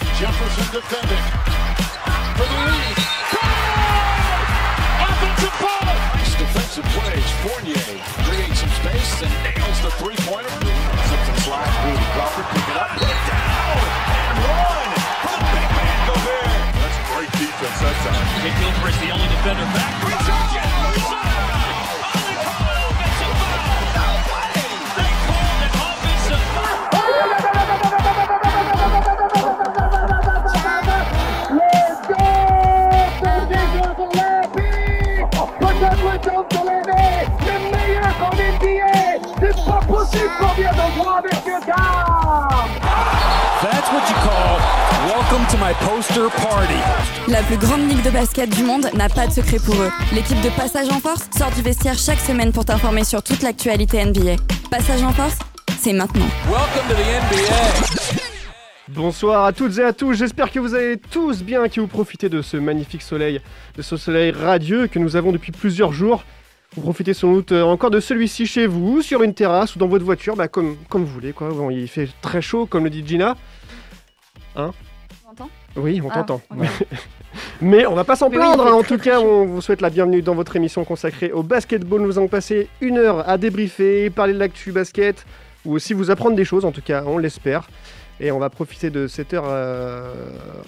Anderson defending. For the lead. Offensive ball. Nice defensive plays. Fournier creates some space and nails the three-pointer. Simpson slides through to Crawford. Pick it up. Put it down. And one. For the big man Gobert. That's great defense that time. Nick Gilchrist, the only defender back. Resurgent. That's what you call welcome to my poster party. La plus grande ligue de basket du monde n'a pas de secret pour eux. L'équipe de Passage en Force sort du vestiaire chaque semaine pour t'informer sur toute l'actualité NBA. Passage en Force, c'est maintenant. Welcome to the NBA. Bonsoir à toutes et à tous, j'espère que vous allez tous bien, que vous profitez de ce magnifique soleil, de ce soleil radieux que nous avons depuis plusieurs jours. Vous profitez sans doute euh, encore de celui-ci chez vous, sur une terrasse ou dans votre voiture, bah comme, comme vous voulez. Quoi. Bon, il fait très chaud, comme le dit Gina. Hein On m'entend Oui, on Ah, t'entend. ok. Mais on va pas s'en Mais oui, plaindre, il hein, fait en très, tout cas, on vous souhaite la bienvenue dans votre émission consacrée au basketball. Nous allons passer une heure à débriefer, parler de l'actu basket, ou aussi vous apprendre des choses, en tout cas, on l'espère. Et on va profiter de cette heure euh,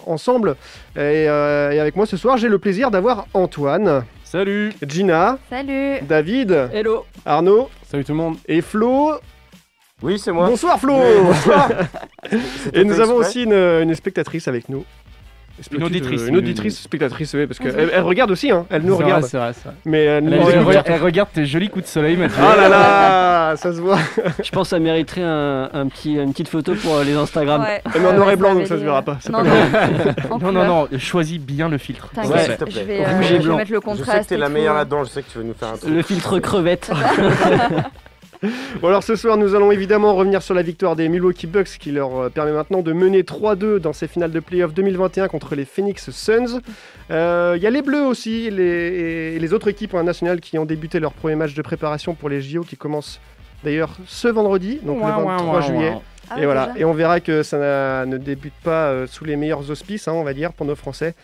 ensemble. Et, euh, et avec moi ce soir, j'ai le plaisir d'avoir Antoine, Salut Gina, Salut David, Hello Arnaud Salut tout le monde et Flo. Oui, c'est moi. Bonsoir Flo Et nous avons aussi une, euh, une spectatrice avec nous. Une auditrice. Une auditrice, spectatrice, oui, parce qu'elle elle regarde aussi, hein, elle nous C'est regarde. vrai, c'est vrai, c'est vrai. Mais elle nous Elle, elle écoute. regarde, elle regarde tes jolis coups de soleil, Mathieu. Ah là là, ça se voit. Je pense que ça mériterait un, un petit, une petite photo pour euh, les Instagram. Mais en noir et blanc, donc ça se verra pas. c'est Non, pas non, grave. en Non, non, non, choisis bien le filtre. Ouais, T'inquiète, s'il je vais, Rouge euh, et je vais blanc. mettre le Je contraste. sais que t'es et la tout. meilleure là-dedans, je sais que tu veux nous faire un truc. Le filtre crevette. Bon alors ce soir, nous allons évidemment revenir sur la victoire des Milwaukee Bucks qui leur euh, permet maintenant de mener 3-2 dans ces finales de playoff 2021 contre les Phoenix Suns. Euh, Il y a les Bleus aussi et les, et les autres équipes hein, nationales qui ont débuté leur premier match de préparation pour les JO qui commencent d'ailleurs ce vendredi, donc le 23 juillet. Ah Et ouais, voilà, déjà. et on verra que ça n'a- ne débute pas euh, sous les meilleurs auspices, hein, on va dire, pour nos Français.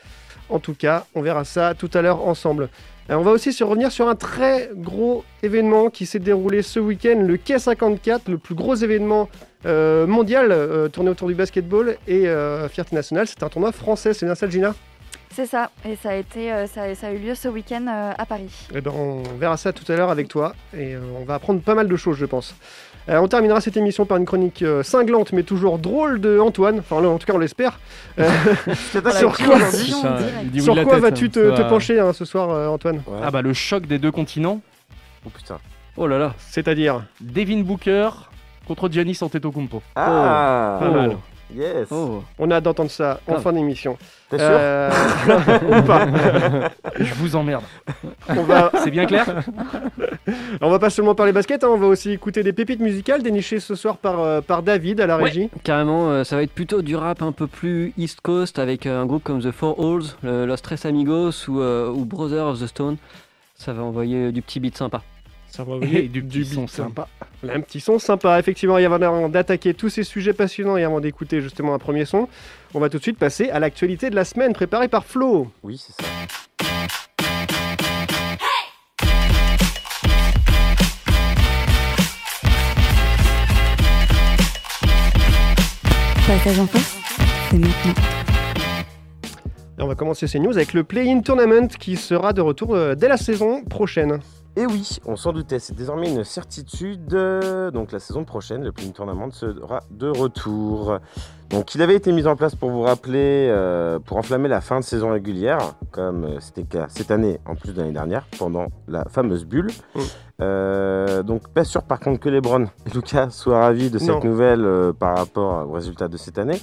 En tout cas, on verra ça tout à l'heure ensemble. Euh, on va aussi se revenir sur un très gros événement qui s'est déroulé ce week-end, le K54, le plus gros événement euh, mondial euh, tourné autour du basketball et euh, Fierté Nationale. C'est un tournoi français, c'est bien ça, Gina C'est ça. Et ça a été, euh, ça, a- ça a eu lieu ce week-end euh, à Paris. Eh ben, on verra ça tout à l'heure avec toi et euh, on va apprendre pas mal de choses, je pense. Euh, on terminera cette émission par une chronique euh, cinglante mais toujours drôle de Antoine, enfin là, en tout cas on l'espère. Euh, sur Voilà, quoi- Clément Dijon, Putain, direct. il dit oui de Sur la quoi tête, vas-tu te, hein, te ça- pencher hein, ce soir, euh, Antoine Ouais. Ah bah le choc des deux continents. Oh putain. Oh là là. C'est-à-dire Devin Booker contre Giannis Antetokounmpo. Ah Oh, Pas mal. Yes Oh. On a hâte d'entendre ça en Grave. fin d'émission. T'es sûr Euh, ou pas. Je vous emmerde. On va, C'est bien clair on va pas seulement parler basket, hein, on va aussi écouter des pépites musicales dénichées ce soir par, euh, par David à la Ouais. régie. Carrément, euh, ça va être plutôt du rap un peu plus East Coast avec euh, un groupe comme The Four Halls, le- Los Tres Amigos ou, euh, ou Brother of the Stone. Ça va envoyer euh, du petit beat sympa. Ça va Et du petit son sympa. Un petit son sympa, effectivement, et avant d'attaquer tous ces sujets passionnants et avant d'écouter justement un premier son, on va tout de suite passer à l'actualité de la semaine préparée par Flo. Oui, c'est ça. Passage en Force, c'est maintenant. Et on va commencer ces news avec le Play-In Tournament qui sera de retour euh, dès la saison prochaine. Et oui, on s'en doutait, c'est désormais une certitude. Euh, Donc la saison prochaine, le Play Tournament sera de retour. Donc il avait été mis en place pour vous rappeler, euh, pour enflammer la fin de saison régulière, comme euh, c'était le cas cette année en plus de l'année dernière, pendant la fameuse bulle. Mm. Euh, donc pas sûr par contre que Lebron et Lucas soient ravis de cette Non. nouvelle euh, par rapport aux résultats de cette année.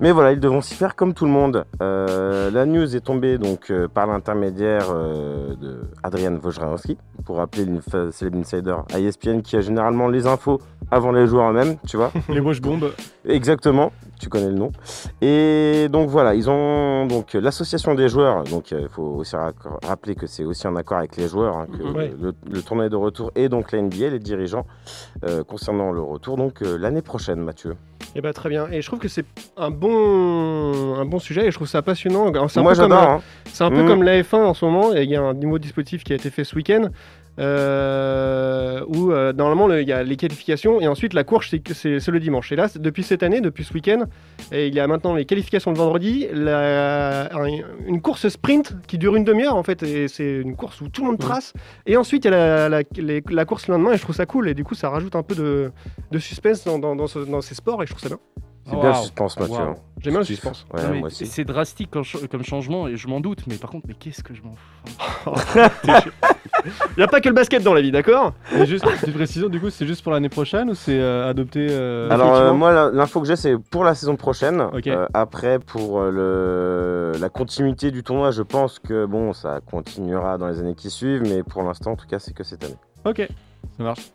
Mais voilà, ils devront s'y faire comme tout le monde. Euh, la news est tombée donc euh, par l'intermédiaire euh, de Adrian Wojnarowski, pour rappeler une fa- célèbre insider à E ESPN qui a généralement les infos avant les joueurs eux-mêmes, tu vois. Les Wash Bombes. Exactement, tu connais le nom. Et donc voilà, ils ont donc euh, l'association des joueurs. Donc euh, il faut aussi racco- rappeler que c'est aussi en accord avec les joueurs hein, que Mhm. Ouais. le, le tournoi est de retour et donc la NBA, les dirigeants euh, concernant le retour donc euh, l'année prochaine, Mathieu. Et bah très bien. Et je trouve que c'est un bon, un bon sujet et je trouve ça passionnant. Alors, c'est un Moi, peu comme, j'adore. euh, hein. C'est un peu Mm. comme la F1 en ce moment. et Il y a un nouveau dispositif qui a été fait ce week-end euh, où euh, normalement le- il y a les qualifications et ensuite la course c'est- c'est c'est le dimanche. Et là, c'est- depuis cette année, depuis ce week-end, et il y a maintenant les qualifications le vendredi, la- un- une course sprint qui dure une demi-heure en fait. Et c'est une course où tout le monde Mm. trace. Et ensuite, il y a la, la- les- la course le lendemain et je trouve ça cool. Et du coup, ça rajoute un peu de, de suspense dans, dans- dans ce- dans ces sports et je trouve ça bien. C'est bien le Waouh. suspense, Mathieu. Waouh. hein. J'aime bien le Tu- suspense. Ouais, Non, mais moi aussi. c'est drastique comme, ch- comme changement et je m'en doute, mais par contre, mais qu'est-ce que je m'en fous Il n'y a pas que le basket dans la vie, d'accord Et juste, petite précision, du coup, c'est juste pour l'année prochaine ou c'est euh, adopté euh, Alors, euh, effectivement moi, la- l'info que j'ai, c'est pour la saison prochaine. Ok. Euh, après, pour euh, le... la continuité du tournoi, je pense que bon, ça continuera dans les années qui suivent, mais pour l'instant, en tout cas, c'est que cette année. Ok, ça marche.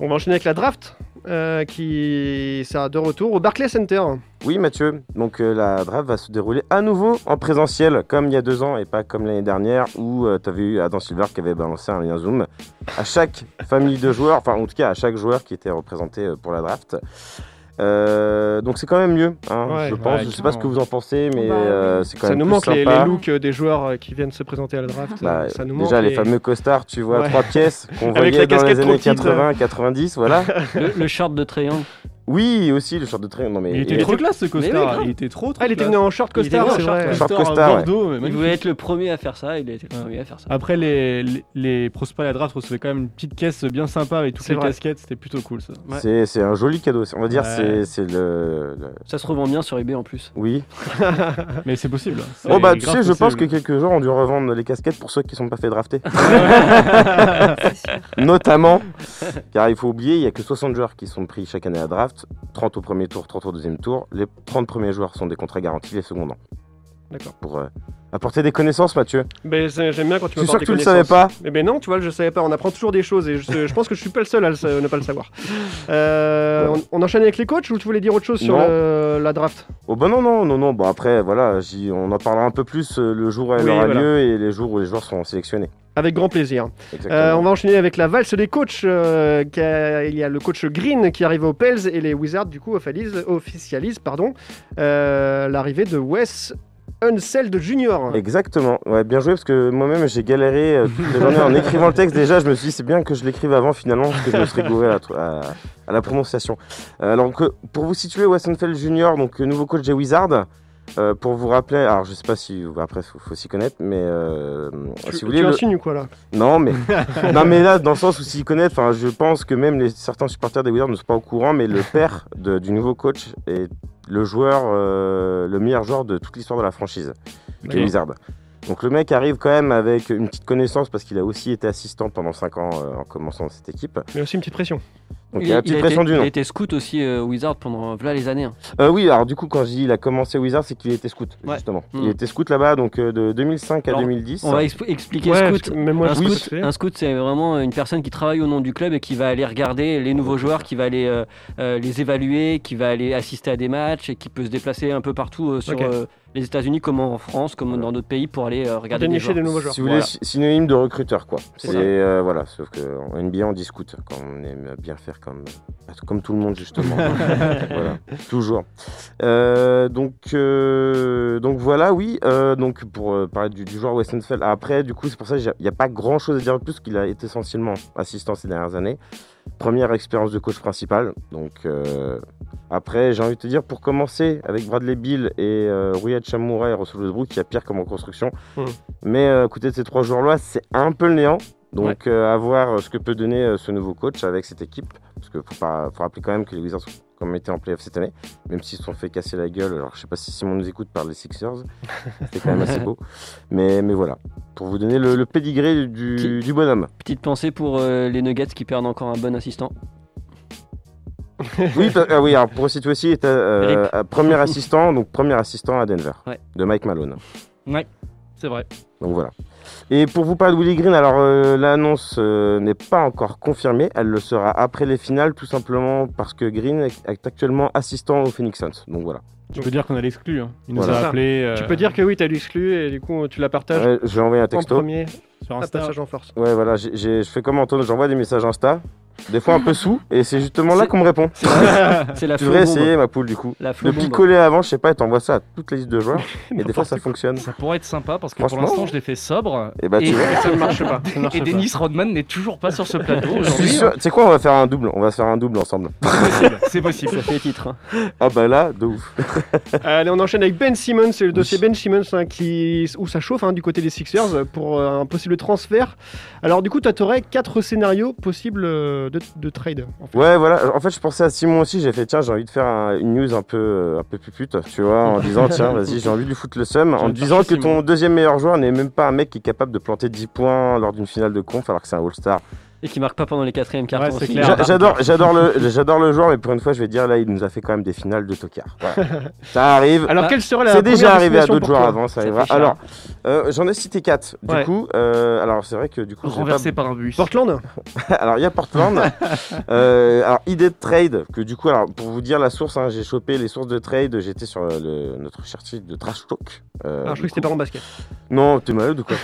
On va enchaîner avec la draft euh, qui sera de retour au Barclays Center. Oui, Mathieu, donc euh, la draft va se dérouler à nouveau en présentiel, comme il y a deux ans et pas comme l'année dernière où tu avais eu Adam Silver qui avait balancé un lien Zoom à chaque famille de joueurs, enfin, en tout cas, à chaque joueur qui était représenté euh, pour la draft. Euh, donc c'est quand même mieux, hein, Ouais, je pense. ouais, je sais pas ce que vous en pensez, mais Bah, oui. euh, c'est quand Ça même nous plus manque les, sympa. les looks euh, des joueurs euh, qui viennent se présenter à la draft. Bah, euh, ça nous manque. Déjà, les et- fameux costards, tu vois, Ouais. trois pièces qu'on Avec voyait la dans casquette les années trop petite, 80, 90, voilà. Le, le short de triangle. oui, aussi, le short de train. Non, mais. Il était et- trop classe ce costard. grave. Il était trop, trop Ah, il était venu en short Il était costard, venu en c'est short, vrai. ouais. Short Short costard, ouais. Bordeaux, mais Il magnifique. voulait être le premier à faire ça, il a été le Ouais. premier à faire ça. Après, les, les, les prospects à la draft recevaient quand même une petite caisse bien sympa avec toutes C'est les vrai. casquettes. C'était plutôt cool ça. Ouais. C'est c'est un joli cadeau. On va dire, Ouais. c'est- c'est le, le- Ça se revend bien sur eBay en plus. Oui. Mais c'est possible. C'est Oh, bah, tu grave sais, je pense que possible. quelques joueurs ont dû revendre les casquettes pour ceux qui sont pas fait drafter. c'est sûr. Notamment, car il faut oublier, il y a que 60 joueurs qui sont pris chaque année à la draft 30 au premier tour, 30 au deuxième tour. Les 30 premiers joueurs sont des contrats garantis, les seconds non. D'accord. Pour euh, apporter des connaissances, Mathieu. Mais c'est- J'aime bien quand tu Je me suis sûr parles que tu le savais pas. Eh ben non, tu vois, je le savais pas. On apprend toujours des choses et je, je pense que je suis pas le seul à le sa- ne pas le savoir. Euh, on, on enchaîne avec les coachs ou tu voulais dire autre chose sur Non. le- la draft Oh bah non, non, non, non, bon après voilà, j'y- on en parlera un peu plus euh, le jour où elle Oui, aura voilà. lieu et les jours où les joueurs seront sélectionnés. Avec grand plaisir. Exactement. Euh, on va enchaîner avec la valse des coachs. euh, qui a- il y a le coach Green qui arrive aux Pels et les Wizards du coup officialisent, officialisent, pardon, euh, l'arrivée de Wes Unseld Jr. Exactement, ouais, bien joué parce que moi-même j'ai galéré euh, toute la journée en écrivant le texte. Déjà, je me suis dit c'est bien que je l'écrive avant finalement parce que je me serais gouré à la, tr- à- à la prononciation. Euh, alors, que- pour vous situer, Wessenfeld Junior, donc euh, nouveau coach des Wizards, euh, pour vous rappeler, alors je sais pas si après faut, faut s'y connaître, mais euh, Tu, si vous tu voulez, le- insinues quoi là Non mais, non mais là, dans le sens où s'y connaître, enfin, je pense que même les, certains supporters des Wizards ne sont pas au courant, mais le père de- du nouveau coach est le joueur, euh, le meilleur joueur de toute l'histoire de la franchise, des Wizards. Donc le mec arrive quand même avec une petite connaissance parce qu'il a aussi été assistant pendant 5 ans euh, en commençant cette équipe. Mais aussi une petite pression. Donc il y a la petite pression été, du il nom. a été scout aussi euh, Wizard pendant voilà les années. hein. Euh, oui, alors du coup quand je dis il a commencé Wizards, c'est qu'il était scout, Ouais. justement. Mm. Il était scout là-bas, donc euh, de 2005 à Alors, 2010. On va expl- expliquer Ouais, parce scout. que même moi, un, je hein. sais pas ce scout, que c'est. un scout, c'est vraiment une personne qui travaille au nom du club et qui va aller regarder les nouveaux joueurs, qui va aller euh, euh, les évaluer, qui va aller assister à des matchs et qui peut se déplacer un peu partout euh, sur Ok. euh, les États-Unis, comme en France, comme dans d'autres pays, pour aller euh, regarder des Dénicher joueurs. des nouveaux joueurs. Si vous voulez, Voilà. sy- synonyme de recruteur, quoi. C'est C'est ça. euh, voilà, sauf qu'en NBA, on discute quand on aime bien faire comme, comme tout le monde, justement. voilà, toujours. Euh, donc, euh, donc voilà, oui. euh, donc pour euh, parler du, du joueur Westenfeld, après, du coup, c'est pour ça qu'il n'y a pas grand chose à dire de plus, qu'il a été essentiellement assistant ces dernières années. Première expérience de coach principal. Donc, euh, après, j'ai envie de te dire, pour commencer avec Bradley Bill et euh, Riyad Chamoura et Russell Westbrook, il y a pire comme en construction. Mais euh, à côté de ces trois joueurs-là, c'est un peu le néant. Donc, euh, à voir euh, ce que peut donner euh, ce nouveau coach avec cette équipe. Parce qu'il faut, pas- faut rappeler quand même que les Wizards ont quand même été en playoff cette année, même s'ils se sont fait casser la gueule. Alors, je sais pas si Simon nous écoute par les Sixers. C'était quand même assez beau. Mais, mais voilà, pour vous donner le, le pédigré du, Qui- du bonhomme. Petite pensée pour euh, les Nuggets qui perdent encore un bon assistant. Oui, pa- ah oui alors pour situer aussi, il était euh, euh, premier assistant, donc premier assistant à Denver, Ouais. de Mike Malone. C'est vrai. Donc voilà. Et pour vous parler de Willie Green, alors euh, l'annonce euh, n'est pas encore confirmée, elle le sera après les finales, tout simplement parce que Green est est actuellement assistant au Phoenix Suns. Donc voilà. Tu peux dire qu'on a l'exclu. hein. Il nous Voilà. a appelé euh, Tu peux dire que oui, t'as l'exclu et du coup, tu la partages Ouais, je vais envoyer un en texto. premier. sur Un Insta. passage en force. Ouais, voilà, j'ai- j'ai- je fais comme Antoine, j'envoie des messages Insta. Des fois un peu sous, et c'est justement là C'est- qu'on me répond. C'est la- c'est la Tu devrais flobombe. essayer ma poule du coup. La Le flobombe. picoler avant, je sais pas, et t'envoies ça à toute la liste de joueurs, et des fois N'importe ça quoi. fonctionne. Ça pourrait être sympa parce que pour Franchement. l'instant je l'ai fait sobre Eh bah, tu vois. ça ne marche pas. Ça marche et pas. Dennis Rodman n'est toujours pas sur ce plateau Je suis aujourd'hui. sûr. Tu sais quoi, on va faire un double, on va se faire un double ensemble. C'est possible, c'est possible. Ça fait titre. hein. Ah bah là, de ouf. Allez, on enchaîne avec Ben Simmons, c'est le Oui. dossier Ben Simmons hein, qui, où ça chauffe hein, du côté des Sixers euh, pour euh, un possible transfert. Alors du coup, tu aurais quatre scénarios possibles euh, de, de trade. en fait. Ouais, voilà. En fait, je pensais à Simon aussi. J'ai fait, tiens, j'ai envie de faire un- une news un peu, euh, un peu pupute, tu vois, en disant, tiens, vas-y, j'ai envie de lui foutre le seum. En envie de disant que partir, Simon. ton deuxième meilleur joueur n'est même pas un mec qui est capable de planter 10 points lors d'une finale de conf, alors que c'est un All-Star. Et qui marque pas pendant les quatrièmes quarts. Ouais, temps c'est aussi. clair. J'a- J'adore, j'adore le, j'adore le joueur, mais pour une fois, je vais dire, là, il nous a fait quand même des finales de tocard. Voilà. Ça arrive. Alors Bah, quelle serait la C'est déjà première arrivé à destination d'autres pour joueurs toi avant, ça Ça fait arrivera. cher. Alors, euh, j'en ai cité 4. Du Ouais. coup, euh, alors c'est vrai que du coup, j'ai pas Renversé par un bus. Portland Ah, alors il y a Portland. Euh, alors idée de trade que du coup alors pour vous dire la source, hein, j'ai chopé les sources de trade. J'étais sur euh, le- notre cher site de Trash Talk. Euh, Ah, Je du crois que c'était coup- pas en basket. Non, t'es malade ou quoi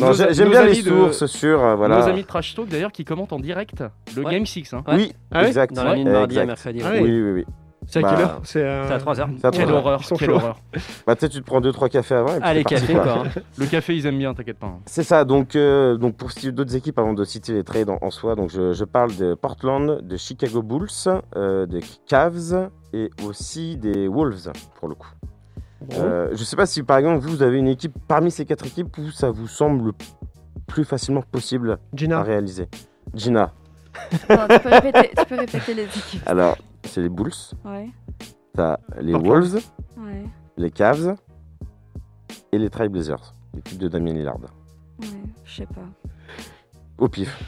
Non, Nos- j'ai- J'aime nos bien amis les de- sources sur euh, voilà. Nos amis de Trash Talk d'ailleurs qui commentent en direct le Ouais. Game 6. Hein. Ouais. Oui, Ah ouais exact. Dans la nuit de mardi à Exact. mercredi. Ah ouais. ouais. Oui, oui, oui. C'est à Bah, quelle heure C'est euh, C'est à 3h. Ça Quelle prend- horreur, Ils sont quelle chauds. horreur. Bah peut-être tu te prends deux trois cafés avant. Et puis Allez, c'est parti, café quoi. quoi. hein. Le café ils aiment bien, t'inquiète pas. hein. C'est ça, donc, euh, donc pour citer d'autres équipes, avant de citer les trades en, en soi, donc je, je parle de Portland, de Chicago Bulls, euh, des Cavs et aussi des Wolves, pour le coup. Oh. Euh, je sais pas si par exemple vous avez une équipe parmi ces quatre équipes où ça vous semble le plus facilement possible à Gina réaliser. Gina, Attends, tu, peux répéter, tu peux répéter les équipes. alors c'est les Bulls, Ah. Ouais, t'as les Portland. Wolves, ouais, les Cavs et les Trailblazers, l'équipe de Damien Lillard. ouais, je sais pas. Au pif.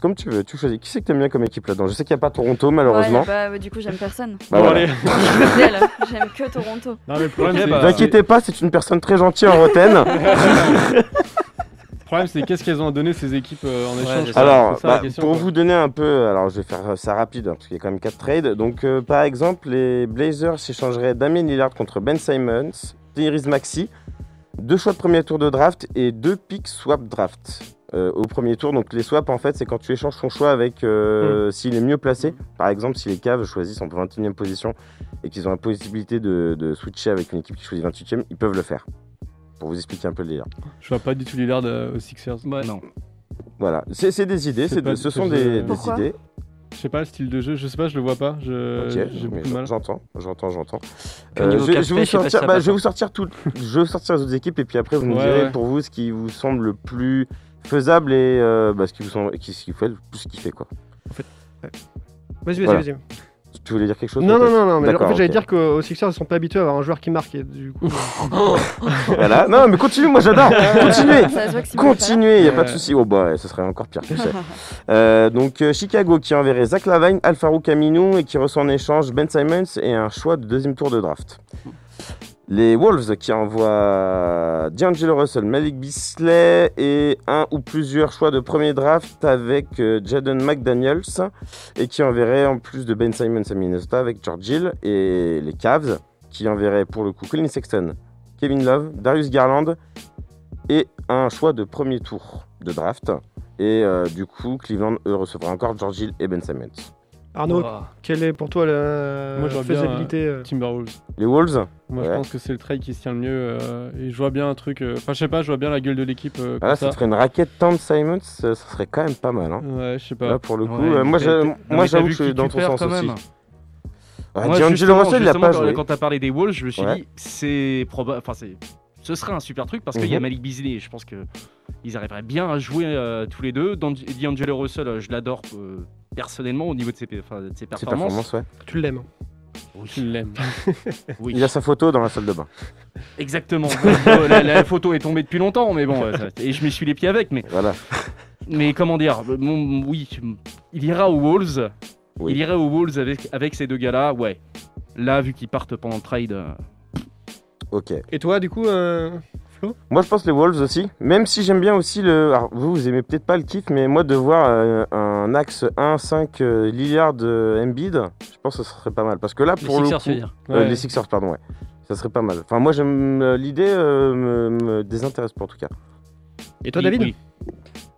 Comme tu veux, tu choisis. Qui c'est que t'aimes bien comme équipe là-dedans Je sais qu'il n'y a pas Toronto malheureusement. Ouais, bah, du coup, j'aime personne. Bah Bon, voilà. allez. Bordel, j'aime que Toronto. Non, mais le problème, Ok, c'est- bah, Ne vous inquiétez pas, c'est une personne très gentille en rotaine. Le problème, c'est qu'est-ce qu'elles ont à donner ces équipes euh, en échange c'est quoi. alors, C'est ça, la bah, question, pour quoi. vous donner un peu, alors je vais faire ça rapide hein, parce qu'il y a quand même quatre trades. Donc, euh, par exemple, les Blazers s'échangeraient Damien Lillard contre Ben Simmons, Tyrese Maxi, deux choix de premier tour de draft et deux picks swap draft. euh, au premier tour, donc les swaps en fait, c'est quand tu échanges ton choix avec euh, Hmm. s'il est mieux placé. Par exemple, si les Cavs choisissent en 21e position et qu'ils ont la possibilité de, de switcher avec une équipe qui choisit 28e, ils peuvent le faire. Pour vous expliquer un peu le délire. Je vois pas du tout Lillard euh, aux Sixers. Non. Voilà, c'est c'est des idées, C'est c'est pas de- du ce tout sont de- des, des Pourquoi idées. Je sais pas, le style de jeu, je sais pas, je le vois pas. Je- Ok, Euh, J'ai mais beaucoup de mal. j'entends, j'entends, j'entends. Puis au Euh, niveau je, cap je vais vous space, je sais pas sortir, si ça bah, passe, je vais hein. vous sortir tout, je vais sortir les autres équipes et puis après vous me Ouais, direz ouais. pour vous ce qui vous semble le plus faisable et euh, bah, ce qui vous semble, qui, ce qui fait le plus kiffer quoi. Vas-y, vas-y, Voilà. vas-y. Tu voulais dire quelque chose Non, non, peut-être non, non, mais en D'accord, fait, j'allais ok. dire qu'aux Sixers, ils sont pas habitués à avoir un joueur qui marque. et du coup, Voilà. Non, mais continue, moi j'adore. Continuez. Ça se voit que Simon est pas là. Continuez, il n'y a pas de Euh. souci. Oh bah, ouais, ce serait encore pire, tu sais. Euh, donc euh, Chicago qui enverrait Zach Lavine, Alfaro Camino et qui reçoit en échange Ben Simons et un choix de deuxième tour de draft. Les Wolves qui envoient D'Angelo Russell, Malik Bisley et un ou plusieurs choix de premier draft avec euh, Jaden McDaniels et qui enverrait en plus de Ben Simons à Minnesota avec George Hill et les Cavs qui enverrait pour le coup Colin Sexton, Kevin Love, Darius Garland et un choix de premier tour de draft. Et euh, du coup, Cleveland, eux, recevra encore George Hill et Ben Simmons. Arnaud, Oh, Ouah. quelle est pour toi la Ah. Moi, j'aurais bien, faisabilité euh, Timberwolves. Les Wolves ah Moi, je Ouais. pense que c'est le trade qui se tient le mieux. euh, et je vois bien un truc. euh, Enfin, je sais pas, je vois bien la gueule de l'équipe. euh, ah, Là, comme ça ça. ferait une raquette Tom Simons, euh, ça serait quand même pas mal. Hein. Ouais, je sais pas. Là, pour le coup, Ouais, euh, moi, t'as- j'ai- t'as- non, moi mais t'as j'avoue vu que je suis qui dans tu ton perds sens quand aussi. même. Ah, Moi, D'Angelo justement, Russell, il a justement, pas quand- joué. Quand t'as parlé des Wolves, je me suis Ouais. dit, c'est proba- enfin, c'est, ce serait un super truc parce qu'il y a Mhm. Malik Beasley. et Je pense que ils arriveraient bien à jouer euh, tous les deux. Dan- D'Angelo Russell, euh, je l'adore euh, personnellement au niveau de ses, pe- enfin, de ses Ses performances. performances, ouais. Tu l'aimes. Je l'aime. Oui, Il a sa photo dans la salle de bain. exactement. Euh, la, la photo est tombée depuis longtemps, mais bon, euh, ça- et je m'essuie les pieds avec. Mais, Voilà. mais comment dire euh, mon- Oui, il ira aux Wolves. Oui. Il ira aux Wolves avec, avec ces deux gars-là. Ouais. Là, vu qu'ils partent pendant le trade. euh, Ok. Et toi, du coup, euh, Moi, je pense les Wolves aussi. Même si j'aime bien aussi le. Alors, vous, vous aimez peut-être pas le kiff, mais moi, de voir euh, un axe 1-5 euh, Lillard euh, Embiid, je pense que ce serait pas mal. Parce que là, Les pour le. Sixers, coup- tu veux dire. Euh, Ouais. Les Sixers, pardon, ouais. Ça serait pas mal. Enfin, moi, j'aime euh, l'idée, euh, me, me désintéresse pas en tout cas. et toi, oui, David oui.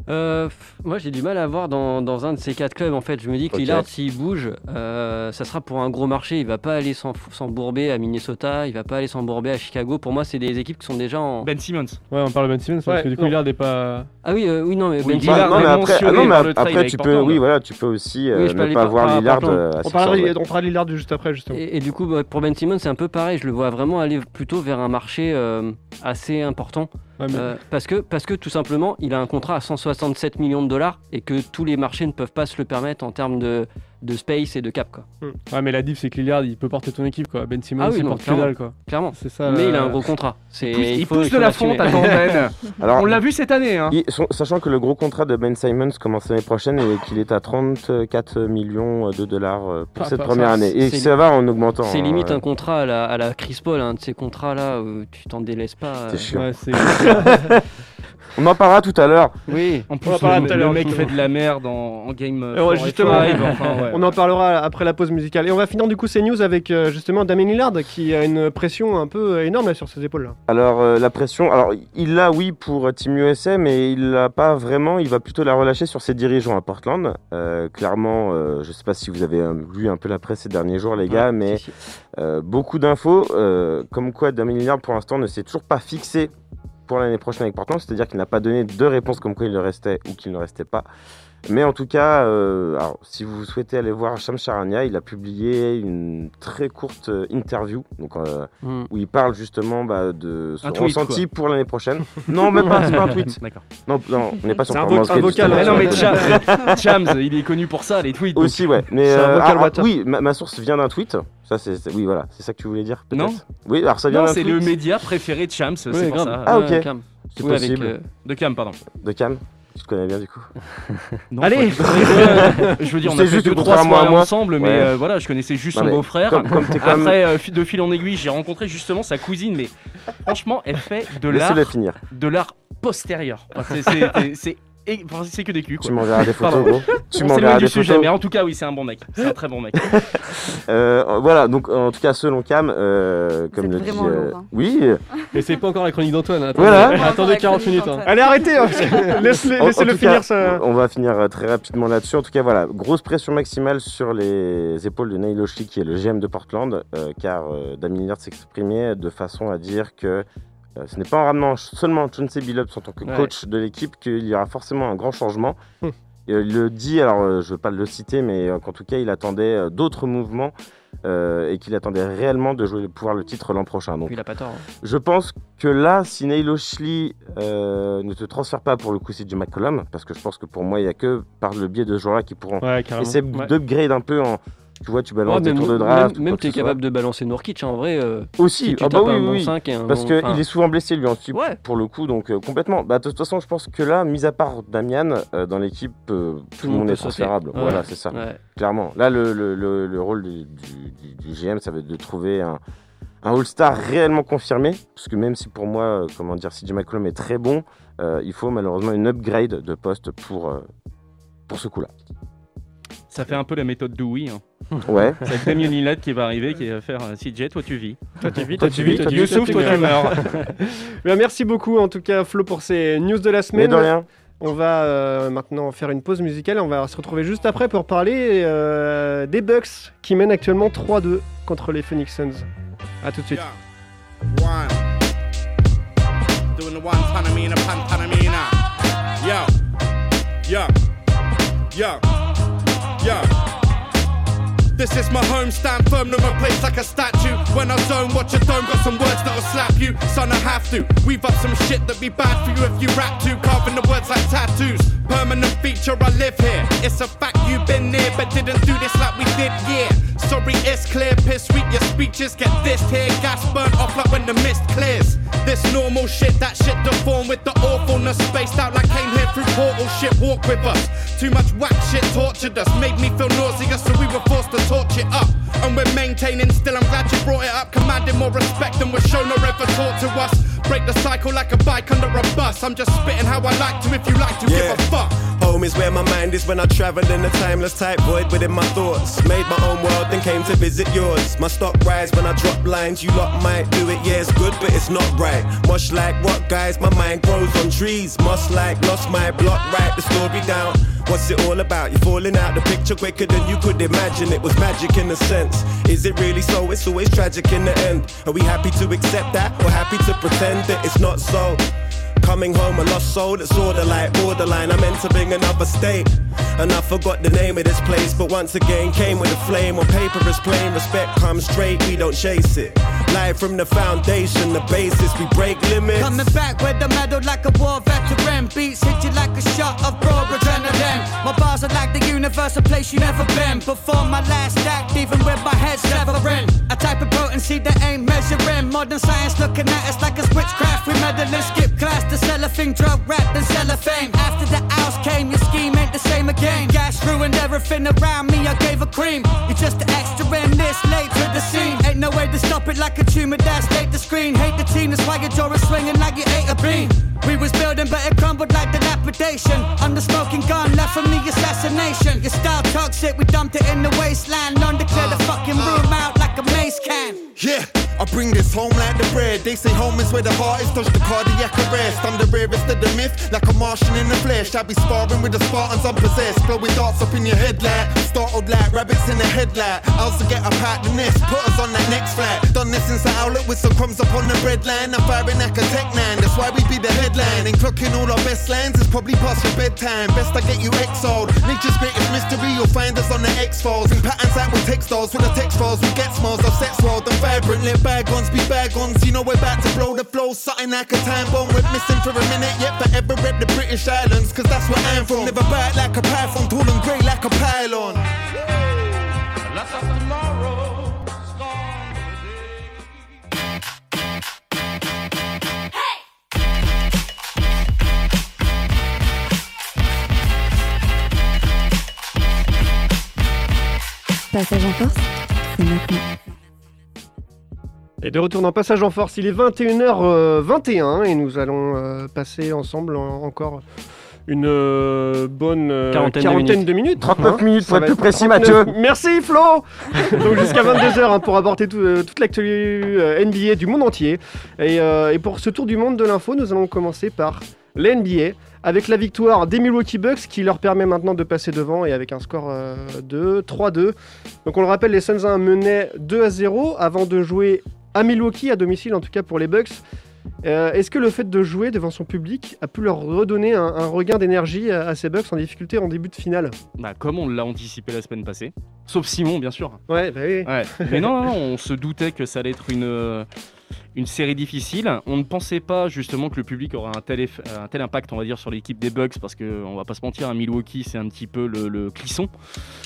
Euh, pff, moi, j'ai du mal à voir dans, dans un de ces quatre clubs. En fait, je me dis que Ok. Lillard, s'il bouge, euh, ça sera pour un gros marché. Il va pas aller s'en- s'embourber à Minnesota. Il va pas aller s'embourber à Chicago. Pour moi, c'est des équipes qui sont déjà en. Ben Simmons. Ouais, on parle de Ben Simmons parce Ouais, que du coup, non. Lillard n'est pas. Ah oui, euh, oui, non, mais Oui, Ben Lillard, Simmons- non, mais vraiment après, assuré ah, non, mais par le après, trade avec tu peux, Portland. oui, voilà, tu peux aussi euh, Oui, je peux ne aller pas par- avoir par- Lillard par euh, à On six parlera, heures, de, ouais. on parlera de Lillard juste après, justement. Et, et du coup, bah, pour Ben Simmons, c'est un peu pareil. Je le vois vraiment aller plutôt vers un marché euh, assez important. Ouais, mais- Euh, parce, que, parce que tout simplement, il a un contrat à 167 millions de dollars et que tous les marchés ne peuvent pas se le permettre en termes de, de space et de cap, quoi. ouais, Ah, mais la diff, c'est que Lillard, il peut porter ton équipe, quoi. Ben Simmons, Ah oui, il non, porte que clairement. dalle, quoi. Clairement. C'est ça. Mais il a euh, un gros contrat. C'est- Il pousse, il faut- pousse faut de la l'assumer. fonte, attends Ben. Alors, On l'a vu cette année, hein. il- son- sachant que le gros contrat de Ben Simmons commence l'année prochaine et qu'il est à 34 millions de dollars euh, pour Ah, cette bah, première ça, année. Et c'est- ça va en augmentant. C'est hein, limite ouais. un contrat à la, à la Chris Paul, un de ces contrats-là où tu t'en délaisses pas. C'est euh. chiant. Ouais, c'est. On en parlera tout à l'heure. Oui, En plus, en parlera le, tout à le l'heure, mec tout. fait de la merde en, en game. euh, Et ouais, four et justement. five, enfin, ouais. On en parlera après la pause musicale. Et on va finir du coup ces news avec euh, justement Damien Lillard qui a une pression un peu euh, énorme là, sur ses épaules. Là. Alors, euh, la pression, alors il l'a, oui, pour Team USA, mais il l'a pas vraiment. Il va plutôt la relâcher sur ses dirigeants à Portland. Euh, clairement, euh, je sais pas si vous avez euh, lu un peu la presse ces derniers jours, les gars, mais si, si. Euh, beaucoup d'infos, euh, comme quoi Damien Lillard pour l'instant ne s'est toujours pas fixé pour l'année prochaine avec Portland, c'est-à-dire qu'il n'a pas donné de réponse comme quoi il le restait ou qu'il ne restait pas. Mais en tout cas, euh, alors, si vous souhaitez aller voir Sham Charania, il a publié une très courte euh, interview donc, euh, Mm. où il parle justement bah, de son Un tweet, ressenti pour l'année prochaine. non, même pas, c'est pas un tweet. D'accord. Non, non, on n'est pas sur C'est un Portland, vo- un c'est vocal, justement ouais, Mais sur non, la mais télé. Cha- Chams, il est connu pour ça, les tweets. donc. Aussi, ouais. Mais C'est un euh, vocal ah, ah, WhatsApp. oui, ma, ma source vient d'un tweet. Ça, c'est c'est- oui, voilà, c'est ça que tu voulais dire. peut-être Non. Oui, alors ça vient Non, d'un c'est tweet. le média préféré de Chams, c'est Ouais, pour grave. ça. Ah, Ouais, ok. calme. C'est Oui, avec, possible. euh, De Cam, pardon. De Cam. Tu te connais bien du coup. Non, Allez faut- Je veux dire, on a C'est fait juste deux, que trois contrairement à soirées moi- ensemble, mais Ouais. euh, voilà, je connaissais juste Non, son mais beau-frère. Comme, comme t'es quand même. Après, euh, fi- de fil en aiguille, j'ai rencontré justement sa cousine, mais franchement, elle fait de l'art, Laissez-le finir. de l'art postérieur. Enfin, c'est- c'est- c'est- c'est enfin, c'est que des culs, quoi. Tu m'enverras des photos, Pardon. gros. Tu On s'éloigne m'enverras du des sujet, mais photos. en tout cas, oui, c'est un bon mec. C'est un très bon mec. Euh, voilà, donc en tout cas, selon Cam, euh, comme êtes le dit. vraiment euh, lourd, hein. Oui, euh, Mais c'est pas encore la chronique d'Antoine. Attendez, Voilà. attendez 40 minutes. hein. Allez, arrêtez hein. Laisse-les- en- en Laissez-le tout finir cas, ça. On va finir euh, très rapidement là-dessus. En tout cas, voilà, grosse pression maximale sur les épaules de Neil Oshie, qui est le GM de Portland, euh, car euh, Damien Lillard s'exprimait de façon à dire que euh, ce n'est pas en ramenant ch- seulement Chauncey Billups en tant que Ouais. coach de l'équipe qu'il y aura forcément un grand changement. Hmm. Et, euh, il le dit, alors euh, je ne veux pas le citer, mais euh, qu'en tout cas, il attendait euh, d'autres mouvements euh, et qu'il attendait réellement de jouer, pouvoir le titre l'an prochain. Donc, Il a pas tort. hein. je pense que là, si Neil Oshley euh, ne te transfère pas pour le coup, c'est du McCollum, parce que je pense que pour moi, il n'y a que par le biais de ce joueurs-là qui pourront Ouais, carrément. essayer Ouais. d'upgrade un peu en. Tu vois, tu balances Ouais, des même tours de draft. même, même ou quoi que t'es ce soit. capable de balancer Nourkic hein, en vrai. euh, Aussi, si tu ah bah tapes oui, un oui, bon oui. 5 et un Parce bon- qu'il enfin, est souvent blessé, lui, ensuite, Ouais. pour le coup, donc euh, complètement. Bah, de toute façon, je pense que là, mis à part Damian, euh, dans l'équipe, euh, tout le monde monde peut est sauter. transférable. Ouais. Voilà, c'est ça. ouais. Clairement. Là, le, le- le- le rôle du, du- du- du GM, ça va être de trouver un, un All-Star réellement confirmé. Parce que même si pour moi, euh, comment dire, CJ McCollum est très bon, euh, il faut malheureusement une upgrade de poste pour, euh, pour ce coup-là. Ça fait un peu la méthode Dewey. Hein. Ouais. C'est Damien Lillard qui va arriver, qui va faire euh, CJ, toi tu vis. Toi, tu vis, toi, tu vis, toi, tu vis, Youssouf, toi, toi, tu tu meurs. Bien, merci beaucoup, en tout cas, Flo, pour ces news de la Mais semaine. de rien. On va euh, maintenant faire une pause musicale et on va se retrouver juste après pour parler euh, des Bucks qui mènent actuellement 3-2 contre les Phoenix Suns. A tout de suite. One. Doing the one panamina, pan panamina. Yo, yo, yo, yo. This is my home, stand firm, no my place like a statue. When I zone, watch a dome, got some words that'll slap you. Son, I have to weave up some shit that'd be bad for you if you rap to. Carving the words like tattoos, permanent feature, I live here. It's a fact you've been there, but didn't do this like we did, yeah. Sorry, it's clear, piss sweet, your speeches get this here. Gas burnt off like when the mist clears. This normal shit, that shit deformed with the awfulness spaced out like came here through portal shit. Walk with us. Too much whack shit tortured us, made me feel nauseous, so we were forced to torch it up. And we're maintaining still, I'm glad you brought it up. Commanding more respect than was shown or ever taught to us. Break the cycle like a bike under a bus. I'm just spitting how I like to, if you like to give a fuck. Home is where my mind is when I travel in a timeless type void within my thoughts. Made my own world, then came to visit yours. My stock rise when I drop lines. You lot might do it, yeah, it's good, but it's not right. Much like rock guys, my mind grows on trees. Must like lost my block, write the story down. What's it all about? You're falling out the picture quicker than you could imagine. It was magic in a sense. Is it really so? It's always tragic in the end. Are we happy to accept that or happy to pretend that it's not so? Coming home, a lost soul that's order like borderline. I'm entering another state. And I forgot the name of this place, but once again came with a flame. On paper is plain, respect comes straight, we don't chase it. Live from the foundation, the basis, we break limits. Coming back with the medal like a war veteran. Beats hit you like a shot of raw adrenaline. My bars are like the universe, a place you never been. Before my last act, even with my head severing. A type of potency that ain't measuring. Modern science looking at us like it's witchcraft. We meddling, skip class to cellophane, drug rap and cellophane. After the hours came, your scheme ain't the same again. Gas ruined everything around me, I gave a cream. You're just an extra in this, late to the scene. Ain't no way to stop it like a tumor that's late to screen. Hate the team, that's why your door is swinging like you ate a bean. We was building, but it crumbled like dilapidation. I'm the smoking gun left from the assassination. Your style toxic, we dumped it in the wasteland. Undeclared the fucking room out like a maze can. Yeah, I bring this home like the bread. They say home is where the heart is, touch the cardiac arrest. I'm the rarest of the myth, like a Martian in the flesh. I be sparring with the Spartans, I'm possessed. Blowing darts up in your headlight, startled like rabbits in a headlight. I also get a pack the nest, put us on that next flight. Done this since the outlet with some crumbs upon the bread line. I'm firing like a tech nine, that's why we be the headline. And clocking all our best lands is probably past your bedtime. Best I get you exiled. Nature's greatest mystery, you'll find us on the X Files. In patterns out with textiles, with the text files, we get smiles. I've sex world, I'm vibrant. Let bygones be bygones. You know we're about to blow the flow, something like a time bomb. We're missing for a minute, yet forever rep the British Islands, cause that's where I'm from. Never bite like a python, tall and grey like a pylon. Passage en force, c'est maintenant. Et de retour dans Passage en Force, il est 21h21 euh, et nous allons euh, passer ensemble en- encore une euh, bonne euh, Quarantaine de minutes. de minutes. 39 minutes, pour Ça Hein être va plus précis, Mathieu. Merci Flo Donc jusqu'à 22h hein, pour aborder tout, euh, toute l'actu euh, NBA du monde entier. Et, euh, et pour ce tour du monde de l'info, nous allons commencer par l'NBA avec la victoire des Milwaukee Bucks qui leur permet maintenant de passer devant et avec un score euh, de 3-2. Donc on le rappelle, les Suns hein, menaient 2 à 0 avant de jouer à Milwaukee, à domicile en tout cas pour les Bucks. Euh, Est-ce que le fait de jouer devant son public a pu leur redonner un, un regain d'énergie à, à ces Bucks en difficulté en début de finale Bah, comme on l'a anticipé la semaine passée. Sauf Simon, bien sûr. Ouais, bah oui. Ouais. Mais non, non, non, on se doutait que ça allait être une, euh, une série difficile. On ne pensait pas justement que le public aurait un tel, eff- un tel impact, on va dire, sur l'équipe des Bucks, parce que on va pas se mentir, un Milwaukee, c'est un petit peu le, le clisson.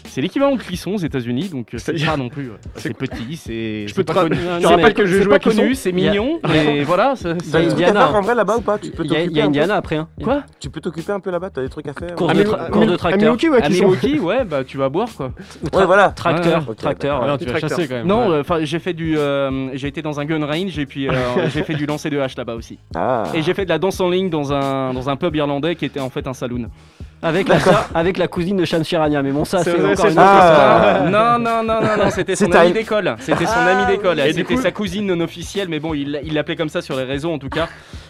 C'est l'équivalent de clisson aux États-Unis, donc euh, c'est C'est-à-dire- pas non plus. euh, C'est petit, c'est. Je c'est peux te pas ra- connu. je te Non, non, rappelle mais que je c'est joue pas à Clisson. connu, c'est Il y a- mignon, mais voilà. ça- T'as des c'est- trucs à faire en vrai là-bas ou pas Tu peux Il y a- t'occuper il y a un peu Indiana après, hein. Quoi Tu peux t'occuper un peu là-bas, t'as des trucs à faire Ah, Course de tra- course de tracteur. À Milwaukee, ouais, bah tu vas boire quoi. tra- Ouais, voilà. Tracteur, Ouais, ouais. tracteur. Ok, ouais. d'accord. Ah non, tu vas Tracteur. chasser quand même, Non, ouais. euh, enfin j'ai fait du, euh, j'ai été dans un gun range et puis euh, j'ai fait du lancer de hache là-bas aussi. Ah. Et j'ai fait de la danse en ligne dans un dans un pub irlandais qui était en fait un saloon. Avec la, sœur- avec la cousine de Shamsir Ania, mais bon, ça, C'est c'est vrai, encore c'est une autre ça. histoire. Non, non, non, non, non, c'était son C'était ami Ah. un- d'école. C'était son Ah, ami d'école. oui. Et du C'était coup- sa cousine non officielle, mais bon, il il l'appelait comme ça sur les réseaux en tout cas.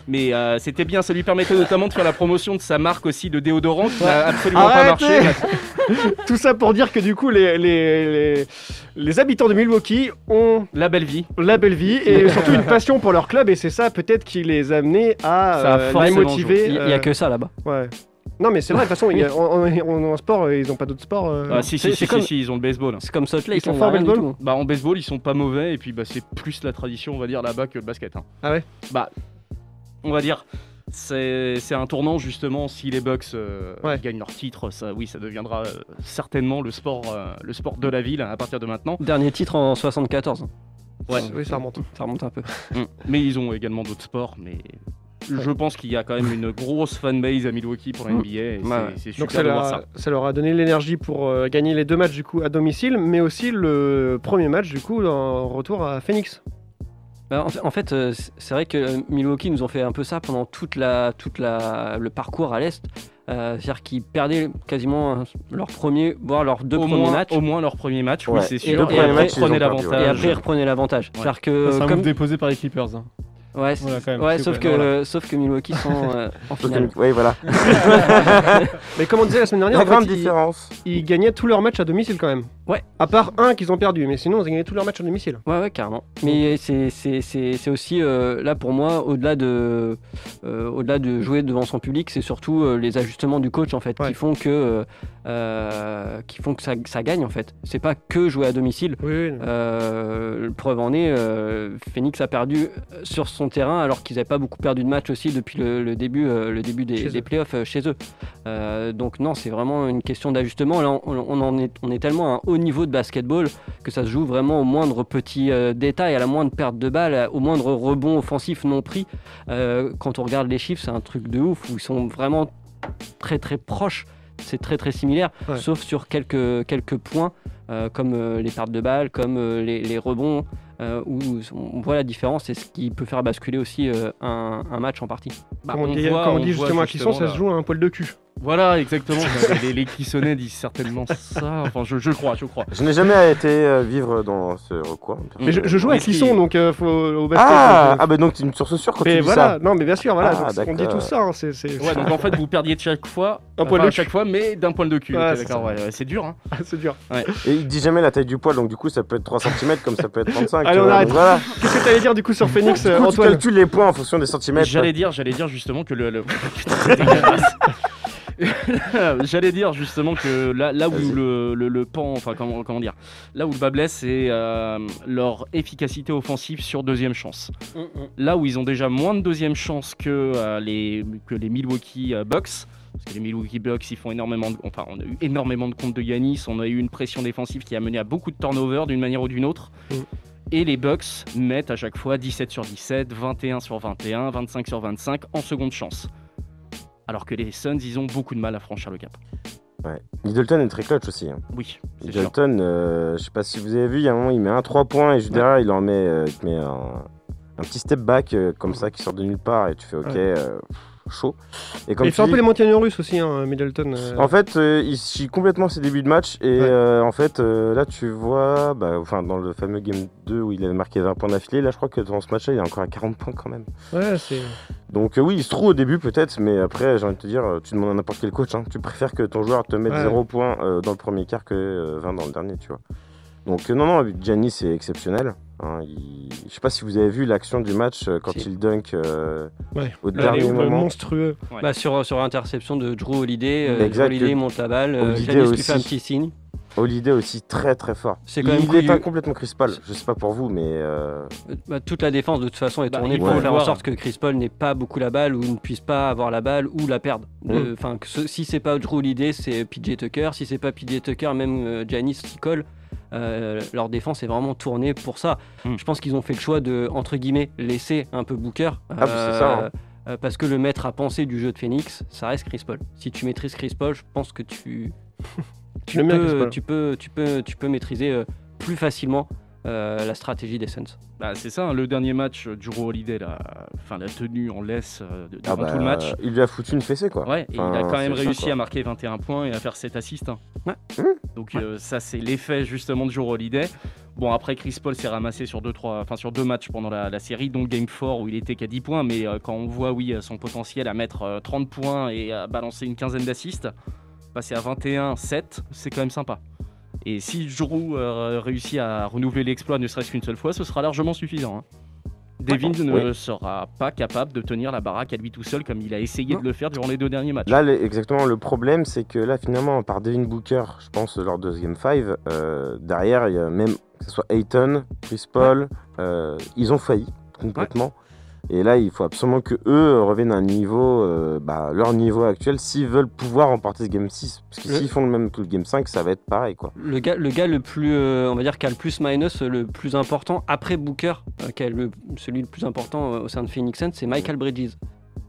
Mais euh, c'était bien, ça lui permettait notamment de faire la promotion de sa marque aussi de déodorant qui n'a absolument pas Arrêtez marché. Tout ça pour dire que du coup, les, les, les, les habitants de Milwaukee ont la belle vie, la belle vie et surtout une passion pour leur club. Et c'est ça peut-être qui les a amenés à Ça a euh, les forcément motiver. joué. Il y- il y a euh, que ça, là-bas. Ouais. Non, mais c'est vrai, de toute façon, il y a- en, en- en- en sport, euh, ils n'ont pas d'autres sports. euh. Ah, si, si, si, si, si, ils ont le baseball. C'est comme Salt hein, Lake, Ils sont on forts a au rien du baseball Bah, en baseball, ils sont pas mauvais, et puis bah, c'est plus la tradition, on va dire, là-bas que le basket. hein. Ah ouais Bah, on va dire, c'est c'est un tournant, justement, si les Bucks euh, gagnent leur titre, ça, oui, ça deviendra euh, certainement le sport, euh, le sport de la ville à partir de maintenant. hein. Dernier titre en 74. Ouais. Oui, ça remonte. Ça remonte un peu. Mm. Mais ils ont également d'autres sports, mais... Je pense qu'il y a quand même une grosse fanbase à Milwaukee pour la NBA. et c'est- C'est super Donc ça, de leur voir a- ça. ça leur a donné l'énergie pour euh, gagner les deux matchs du coup à domicile, mais aussi le premier match du coup en retour à Phoenix. Bah, en fait- en fait, euh, c- c'est vrai que euh, Milwaukee nous ont fait un peu ça pendant toute la, toute la, le parcours à l'est. Euh, C'est-à-dire qu'ils perdaient quasiment euh, leur premier, voire leurs deux Au premiers moins- matchs. au moins leur premier match, oui, Ouais. c'est Et- sûr. et Leur premier après- match, ils prenaient ont perdu, l'avantage. ouais. Et après, ils reprenaient l'avantage. Ouais. C'est-à-dire que Ça, c'est un Euh, comme- move déposé par les Clippers. hein. Ouais, c'est- Voilà, quand même, ouais, s'il vous sauf que euh, plaît. Voilà. sauf que Milwaukee sont euh, en Sauf que- finale. oui, voilà. Mais comme on disait la semaine dernière, La en grande fait, ils- différence. Ils, gagnaient tous leurs matchs à domicile quand même. Ouais. À part un qu'ils ont perdu, mais sinon ils ont gagné tous leurs matchs à domicile. Ouais, ouais, carrément. Mais c'est- c'est c'est- c'est aussi, euh, là pour moi, au-delà de, euh, au-delà de jouer devant son public, c'est surtout euh, les ajustements du coach en fait qui font que, euh, euh, qui font que ça, ça gagne en fait. C'est pas que jouer à domicile. Euh, preuve en est, euh, Phoenix a perdu sur son terrain alors qu'ils n'avaient pas beaucoup perdu de match aussi depuis le, le début, euh, le début des, Chez des eux. playoffs euh, chez eux. Euh, donc non, c'est vraiment une question d'ajustement. Là, on, on en est, on est tellement à un haut niveau de basketball que ça se joue vraiment au moindre petit euh, détail, à la moindre perte de balle, à- au moindre rebond offensif non pris. Euh, quand on regarde les chiffres, c'est un truc de ouf où ils sont vraiment très très proches. C'est très très similaire, Ouais. sauf sur quelques, quelques points euh, comme euh, les pertes de balles, comme euh, les, les rebonds, euh, où on voit la différence et ce qui peut faire basculer aussi euh, un, un match en partie. Bah, comme on, dit, comme on dit justement à Clisson, ça se joue à un poil de cul. Voilà, exactement. les, les Clissonnais disent certainement ça. Enfin, je, je crois, je crois. Je n'ai jamais été euh, vivre dans ce recoin. Mm. Mais je, je joue à Est-ce qu'il- Clisson, donc euh, faut, au basket. Ah, donc, euh, ah bah donc tu me sources sûre quand mais tu dis voilà, ça. non, mais bien sûr, voilà, Ah, donc, on dit d'accord. tout ça. hein, c'est- c'est- Ouais, donc en fait, vous perdiez de chaque fois. Un poil de à chaque fois, mais d'un poil de cul. Ouais, Ok, c'est d'accord, ça. ouais, ouais, c'est dur. Hein. c'est dur. Et il dit jamais la taille du poil, donc du coup ça peut être 3 cm comme ça peut être 35. Allez, tu on vois, arrête. donc voilà. Qu'est-ce que t'allais dire du coup sur Phoenix, Du euh, coup, Tu Antoine calcules les points en fonction des centimètres. J'allais dire, j'allais dire justement que le. le- Putain, c'est dégueulasse. j'allais dire justement que là, là où le, le- le pan, enfin comment, comment dire, là où le bas blesse, c'est euh, leur efficacité offensive sur deuxième chance. Mm, mm. Là où ils ont déjà moins de deuxième chance que, euh, les, que les Milwaukee euh, Bucks. Parce que les Milwaukee Bucks, ils font énormément de, enfin, on a eu énormément de comptes de Yanis, on a eu une pression défensive qui a mené à beaucoup de turnovers d'une manière ou d'une autre. Et les Bucks mettent à chaque fois 17 sur 17, 21 sur 21, 25 sur 25 en seconde chance. Alors que les Suns, ils ont beaucoup de mal à franchir le cap. Ouais. Middleton est très clutch aussi. hein. Oui, c'est sûr. Middleton, euh, je sais pas si vous avez vu, il y a un moment il met un 3 points et juste derrière il en met, euh, il te met un, un petit step back euh, comme ça qui sort de nulle part et tu fais ok, Ouais. euh, pff, chaud. Et Il tu fait un dis- peu les montagnes russes aussi, hein, Middleton. euh, En fait, euh, il chie complètement ses débuts de match. Et euh, en fait, euh, là, tu vois, bah, enfin, dans le fameux game 2 où il a marqué 20 points d'affilée, là, je crois que dans ce match-là, il est encore à 40 points quand même. Ouais, c'est. Donc, euh, oui, il se trouve au début peut-être, mais après, j'ai envie de te dire, euh, tu demandes à n'importe quel coach, hein, tu préfères que ton joueur te mette Ouais. 0 points euh, dans le premier quart que euh, 20 dans le dernier, tu vois. Donc, euh, non, non, Gianni, c'est exceptionnel. hein, il- Je sais pas si vous avez vu l'action du match euh, quand il dunk euh, au dernier moment. euh, monstrueux. Bah, sur, sur l'interception de Drew Holiday, euh, Drew Exact, Holiday que- monte la balle, euh, Holiday Giannis lui fait un aussi. petit signe. Holiday aussi très très fort. C'est quand même il est couillu. pas complètement crispal. Je sais pas pour vous, mais euh, Bah, toute la défense de toute façon est Bah, tournée il pour faut le faire en voir. sorte que Chris Paul n'ait pas beaucoup la balle ou ne puisse pas avoir la balle ou la perdre. Mm. Euh, Enfin, que ce- si c'est pas Drew l'idée, c'est PJ Tucker. Si c'est pas PJ Tucker, même euh, Giannis s'y colle. Euh, leur défense est vraiment tournée pour ça. Je pense qu'ils ont fait le choix de entre guillemets laisser un peu Booker. Ah, bah, c'est ça, hein. euh, Parce que le maître à penser du jeu de Phoenix, ça reste Chris Paul. Si tu maîtrises Chris Paul, je pense que tu tu, J'aime bien Chris peux, Paul. tu peux tu peux tu peux maîtriser euh, plus facilement euh, la stratégie des Suns. Bah, c'est ça, hein, le dernier match euh, du Drew Holiday, là, enfin, la tenue en laisse euh, de- ah durant bah, tout le match. il lui a foutu une fessée quoi. Ouais, et il a Enfin, quand même c'est ça, réussi quoi. Mmh. à marquer 21 points et à faire 7 assists. hein. Donc euh, ça c'est l'effet justement de Joe Holiday. Bon après Chris Paul s'est ramassé sur deux trois, enfin sur deux matchs pendant la, la série, dont Game 4 où il était qu'à 10 points, mais euh, quand on voit oui euh, son potentiel à mettre euh, 30 points et à balancer une quinzaine d'assists, passer à 21-7, c'est quand même sympa. Et si Drew euh, réussit à renouveler l'exploit ne serait-ce qu'une seule fois, ce sera largement suffisant. hein. euh, Devin Ah, ne oui. sera pas capable de tenir la baraque à lui tout seul comme il a essayé de le faire durant les deux derniers matchs. Là, le- exactement, le problème, c'est que là, finalement, par Devin Booker, je pense, lors de ce Game 5, euh, derrière, il y a même que ce soit Ayton, Chris Paul, euh, ils ont failli complètement. Et là, il faut absolument que eux euh, reviennent à un niveau, euh, bah, leur niveau actuel, s'ils veulent pouvoir remporter ce Game 6. Parce que Le- s'ils font le même que le Game 5, ça va être pareil, quoi. Le gars, le gars le plus, euh, on va dire, qui a le plus minus, euh, le plus important après Booker, euh, qui est le- celui le plus important euh, au sein de Phoenix Suns, c'est Michael Bridges.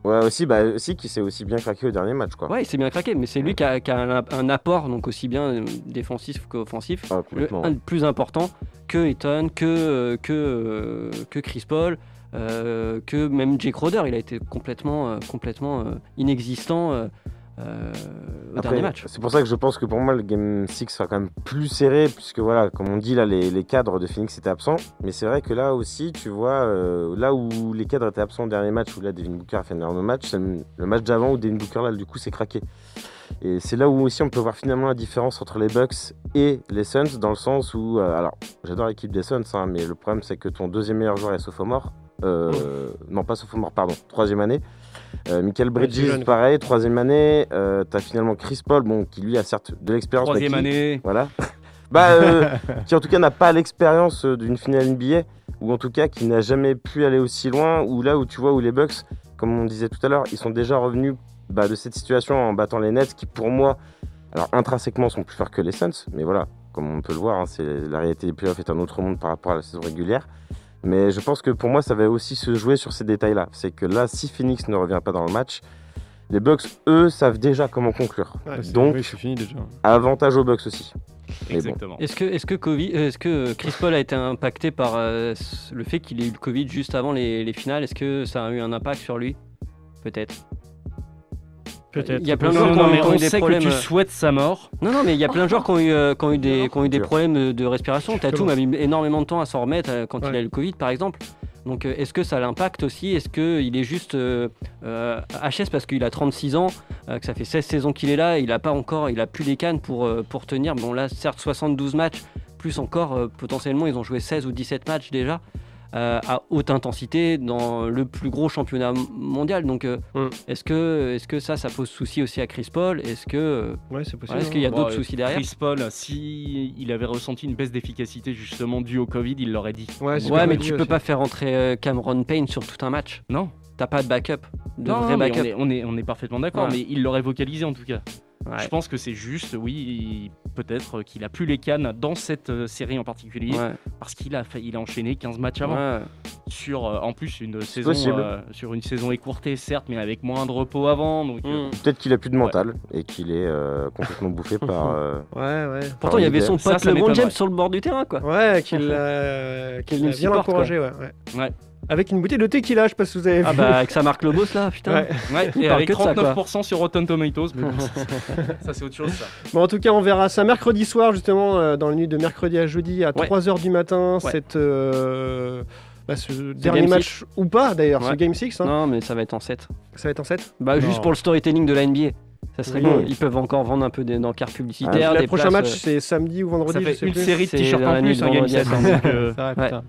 Ouais, aussi, bah, aussi qui s'est aussi bien craqué au dernier match, quoi. Ouais, il s'est bien craqué, mais c'est lui qui a, qui a un, un apport, donc aussi bien euh, défensif qu'offensif, le, Ah, complètement, un ouais. des plus important que Eton, que, euh, que, euh, que Chris Paul, euh, que même Jake Roder. Il a été complètement, euh, complètement euh, inexistant euh, euh, au Après, dernier match. C'est pour ça que je pense que pour moi, le Game 6 sera quand même plus serré, puisque voilà, comme on dit, là, les, les cadres de Phoenix étaient absents. Mais c'est vrai que là aussi, tu vois, euh, là où les cadres étaient absents au dernier match, où là, Devin Booker a fait un énorme match, c'est le le match d'avant où Devin Booker, là, du coup, s'est craqué. Et c'est là où aussi on peut voir finalement la différence entre les Bucks et les Suns, dans le sens où, euh, alors, j'adore l'équipe des Suns, hein, mais le problème, c'est que ton deuxième meilleur joueur est sophomore. Euh, Oh. non, pas sophomore, pardon, troisième année. Euh, Michael Ouais, c'est Bridges, jeune, quoi. pareil, troisième année. Euh, t'as finalement Chris Paul, bon, qui lui a certes de l'expérience. mais Troisième qui- année. Voilà. bah, euh, qui en tout cas n'a pas l'expérience euh, d'une finale NBA, ou en tout cas qui n'a jamais pu aller aussi loin, ou là où tu vois où les Bucks, comme on disait tout à l'heure, ils sont déjà revenus bah, de cette situation en battant les Nets, qui pour moi, alors intrinsèquement sont plus forts que les Suns, mais voilà, comme on peut le voir, hein, c'est la réalité des playoffs est un autre monde par rapport à la saison régulière. Mais je pense que pour moi, ça va aussi se jouer sur ces détails-là. C'est que là, si Phoenix ne revient pas dans le match, les Bucks, eux, savent déjà comment conclure. Ouais, c'est- Donc, oui, c'est fini déjà. avantage aux Bucks aussi. Mais bon. Est-ce que, est-ce, que Covid, euh, est-ce que Chris Paul a été impacté par euh, ce- le fait qu'il ait eu le Covid juste avant les, les finales Est-ce que ça a eu un impact sur lui Peut-être. Peut-être. Il y a plein de Non, gens non, qui ont- mais qui on ont eu des sait que problèmes. tu souhaites sa mort. Non, non, mais il y a plein de joueurs qui ont eu, euh, qui ont eu des, qui ont eu des Dur. problèmes de respiration. Tatum a mis énormément de temps à s'en remettre euh, quand il Ouais. a eu le Covid, par exemple. Donc, euh, est-ce que ça l'impacte aussi Est-ce qu'il est juste euh, euh, HS parce qu'il a 36 ans, euh, que ça fait 16 saisons qu'il est là, et il n'a pas encore, il a plus les cannes pour, euh, pour tenir. Bon, là, certes, 72 matchs, plus encore, euh, potentiellement, ils ont joué 16 ou 17 matchs déjà, euh, à haute intensité, dans le plus gros championnat m- mondial. Donc, euh, est-ce que, est que ça, ça pose souci aussi à Chris Paul Est-ce que. euh, voilà, Est-ce qu'il y a Bon, d'autres euh, soucis derrière Chris Paul, si il avait ressenti une baisse d'efficacité justement due au Covid, il l'aurait dit. Ouais, mais tu peux pas faire entrer euh, Cameron Payne sur tout un match. Non. T'as pas de backup. De Non, vrai non, mais backup. on, est, on, est, on est parfaitement d'accord, Ouais. mais il l'aurait vocalisé en tout cas. Ouais. Je pense que c'est juste, oui, il- peut-être qu'il a plus les cannes dans cette euh, série en particulier, Ouais. parce qu'il a, fait- il a enchaîné 15 matchs avant. Ouais. Sur, euh, en plus, une saison, possible. euh, sur une saison écourtée, certes, mais avec moins de repos avant. Donc, Mm. Hmm. euh, Peut-être qu'il a plus de mental et qu'il est euh, complètement bouffé par. euh, Ouais, ouais. par l'idée. Ça, ça m'étonnerait. le bord du terrain, quoi. Ouais, qu'il l'a qu'il Qu'il l'a le bien supporte, encouragé, ouais. quoi. ouais. Ouais. Avec une bouteille de tequila, je sais pas si vous avez Ah vu. bah, avec sa marque Lobos là, putain. Ouais. Ouais, Il et parle avec que de ça, quoi. 39% sur Rotten Tomatoes, mais bon, ça, c'est- ça c'est autre chose ça. Bon, en tout cas, on verra ça mercredi soir, justement, euh, dans la nuit de mercredi à jeudi, à Ouais. 3h du matin, Ouais. cette, euh, bah, ce dernier Game match, ou pas d'ailleurs, ce Ouais. Game 6. Non, mais ça va être en 7. Ça va être en 7 Bah, juste pour le storytelling de la NBA. Ça serait Oui. Ah, bien. Ils peuvent encore vendre un peu des d'encarts publicitaires. Le des prochain places, match, euh, c'est samedi ou vendredi. ça fait je sais une plus. série de C'est t-shirts en la nuit plus, de un Game vendredi à Set, hein, samedi. donc, euh, Ça, ouais. putain.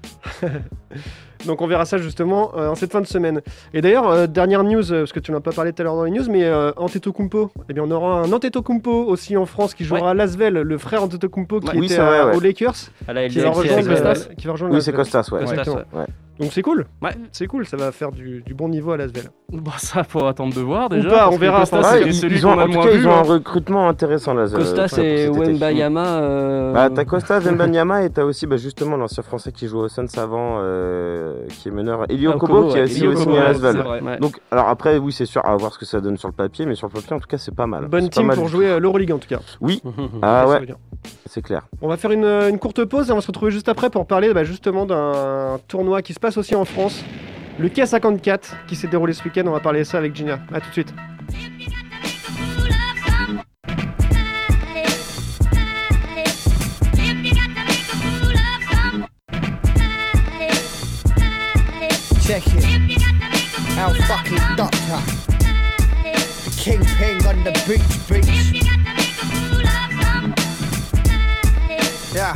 Donc on verra ça justement euh, en cette fin de semaine. Et d'ailleurs, euh, dernière news, euh, parce que tu n'as pas parlé tout à l'heure dans les news, mais euh, Antetokounmpo, eh bien on aura un Antetokounmpo aussi en France qui jouera à Lasvel, le frère Antetokounpo qui Ouais. Oui, était c'est vrai, à- ouais. aux Lakers, À la qui va LDLC, rejoindre, c'est euh, Costas. qui va rejoindre Oui, c'est Lasvel. Costas, ouais. Costas, Exactement. ouais. Donc c'est cool, Ouais. c'est cool, ça va faire du, du bon niveau à Lasvel. Bon, bah, ça, faut attendre de voir Ou déjà. pas, parce on que verra, Costa, on verra. c'est Ah, ils- celui Ils ont, qu'on a en le tout moins cas, vu, ils ont hein. un recrutement intéressant euh, là. euh, Costas et Wembayama. euh, Bah, t'as Costas, Wembanyama et t'as aussi bah, justement l'ancien français qui joue au Suns avant, euh, qui est meneur, Elio Ah, Kobo, Okobo, qui a ouais. aussi Elio Kobo, signé à ouais, Lasvel. c'est vrai, ouais. Donc, alors après, oui, c'est sûr, à voir ce que ça donne sur le papier, mais sur le papier, en tout cas, c'est pas mal. Bonne C'est pas team mal pour du jouer euh, l'Euroleague en tout cas. tout. Oui, Ça, ça ah veut ouais, dire. c'est clair. On va faire une, euh, une courte pause et on va se retrouver juste après pour parler bah, justement d'un tournoi qui se passe aussi en France, le K54 qui s'est déroulé ce week-end. On va parler de ça avec Gina. A tout de suite. Check it. Our fucking doctor. The kingpin on the beach, beach. Yeah.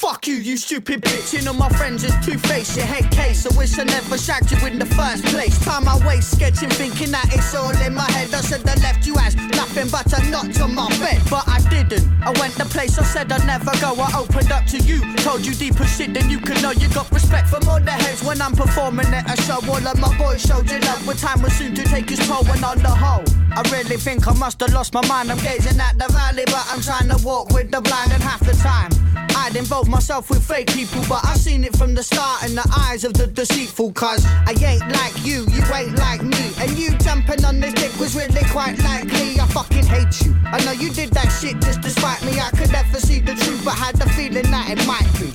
Fuck you, you stupid bitch. You know my friends is two faced, your head case. I wish I never shagged you in the first place. Time I waste sketching, thinking that it's all in my head. I said I left you as nothing but a notch on my bed, but I didn't. I went the place I said I'd never go. I opened up to you, told you deeper shit than you could know. You got respect from all the heads when I'm performing at a show. All of my boys showed you love, but time was soon to take its toll. And on the whole, I really think I must have lost my mind. I'm gazing at the valley, but I'm trying to walk with the blind, and half the time. I'd involve myself with fake people, but I've seen it from the start in the eyes of the deceitful. Cause I ain't like you, you ain't like me. And you jumping on this dick was really quite likely. I fucking hate you. I know you did that shit just to spite me. I could never see the truth, but had the feeling that it might be.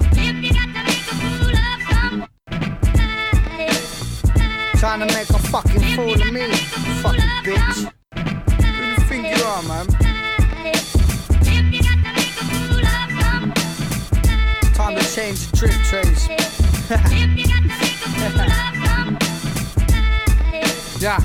Trying to make a fucking fool of me, fucking bitch. Who do you think you are, man? Time to change the trip trays. yeah.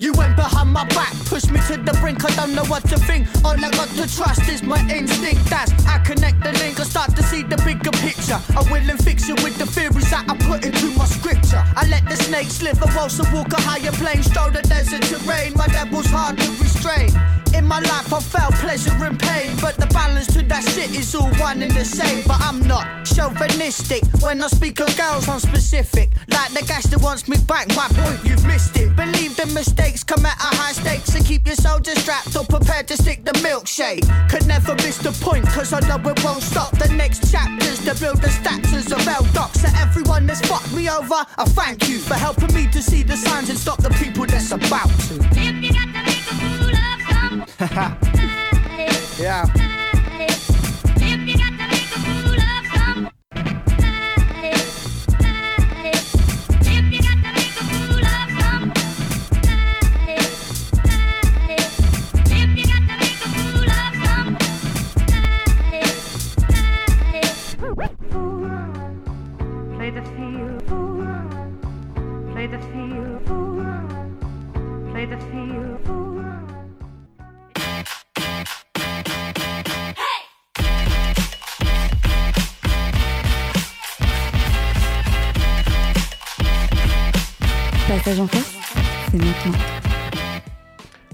You went behind my back, pushed me to the brink. I don't know what to think. All I got to trust is my instinct. That's I connect the link. I start to see the bigger picture. I will and fix it with the theories that I put into my scripture. I let the snake slither, whilst I walk a higher plane. Stroll the desert terrain. My devil's hard to restrain. In my life, I felt pleasure and pain, but the balance to that shit is all one and the same. But I'm not chauvinistic. When I speak of girls, I'm specific. Like the guys that wants me back, my boy, you've missed it. Believe the mistakes come at a high stakes and keep your soldiers strapped or prepared to stick the milkshake. Could never miss the point, cause I know it won't stop. The next chapters to build the statues of L Docs. So everyone that's fucked me over, I thank you for helping me to see the signs and stop the people that's about to. yeah. Play the field. Play the field. Play the field. Passage en force, c'est maintenant.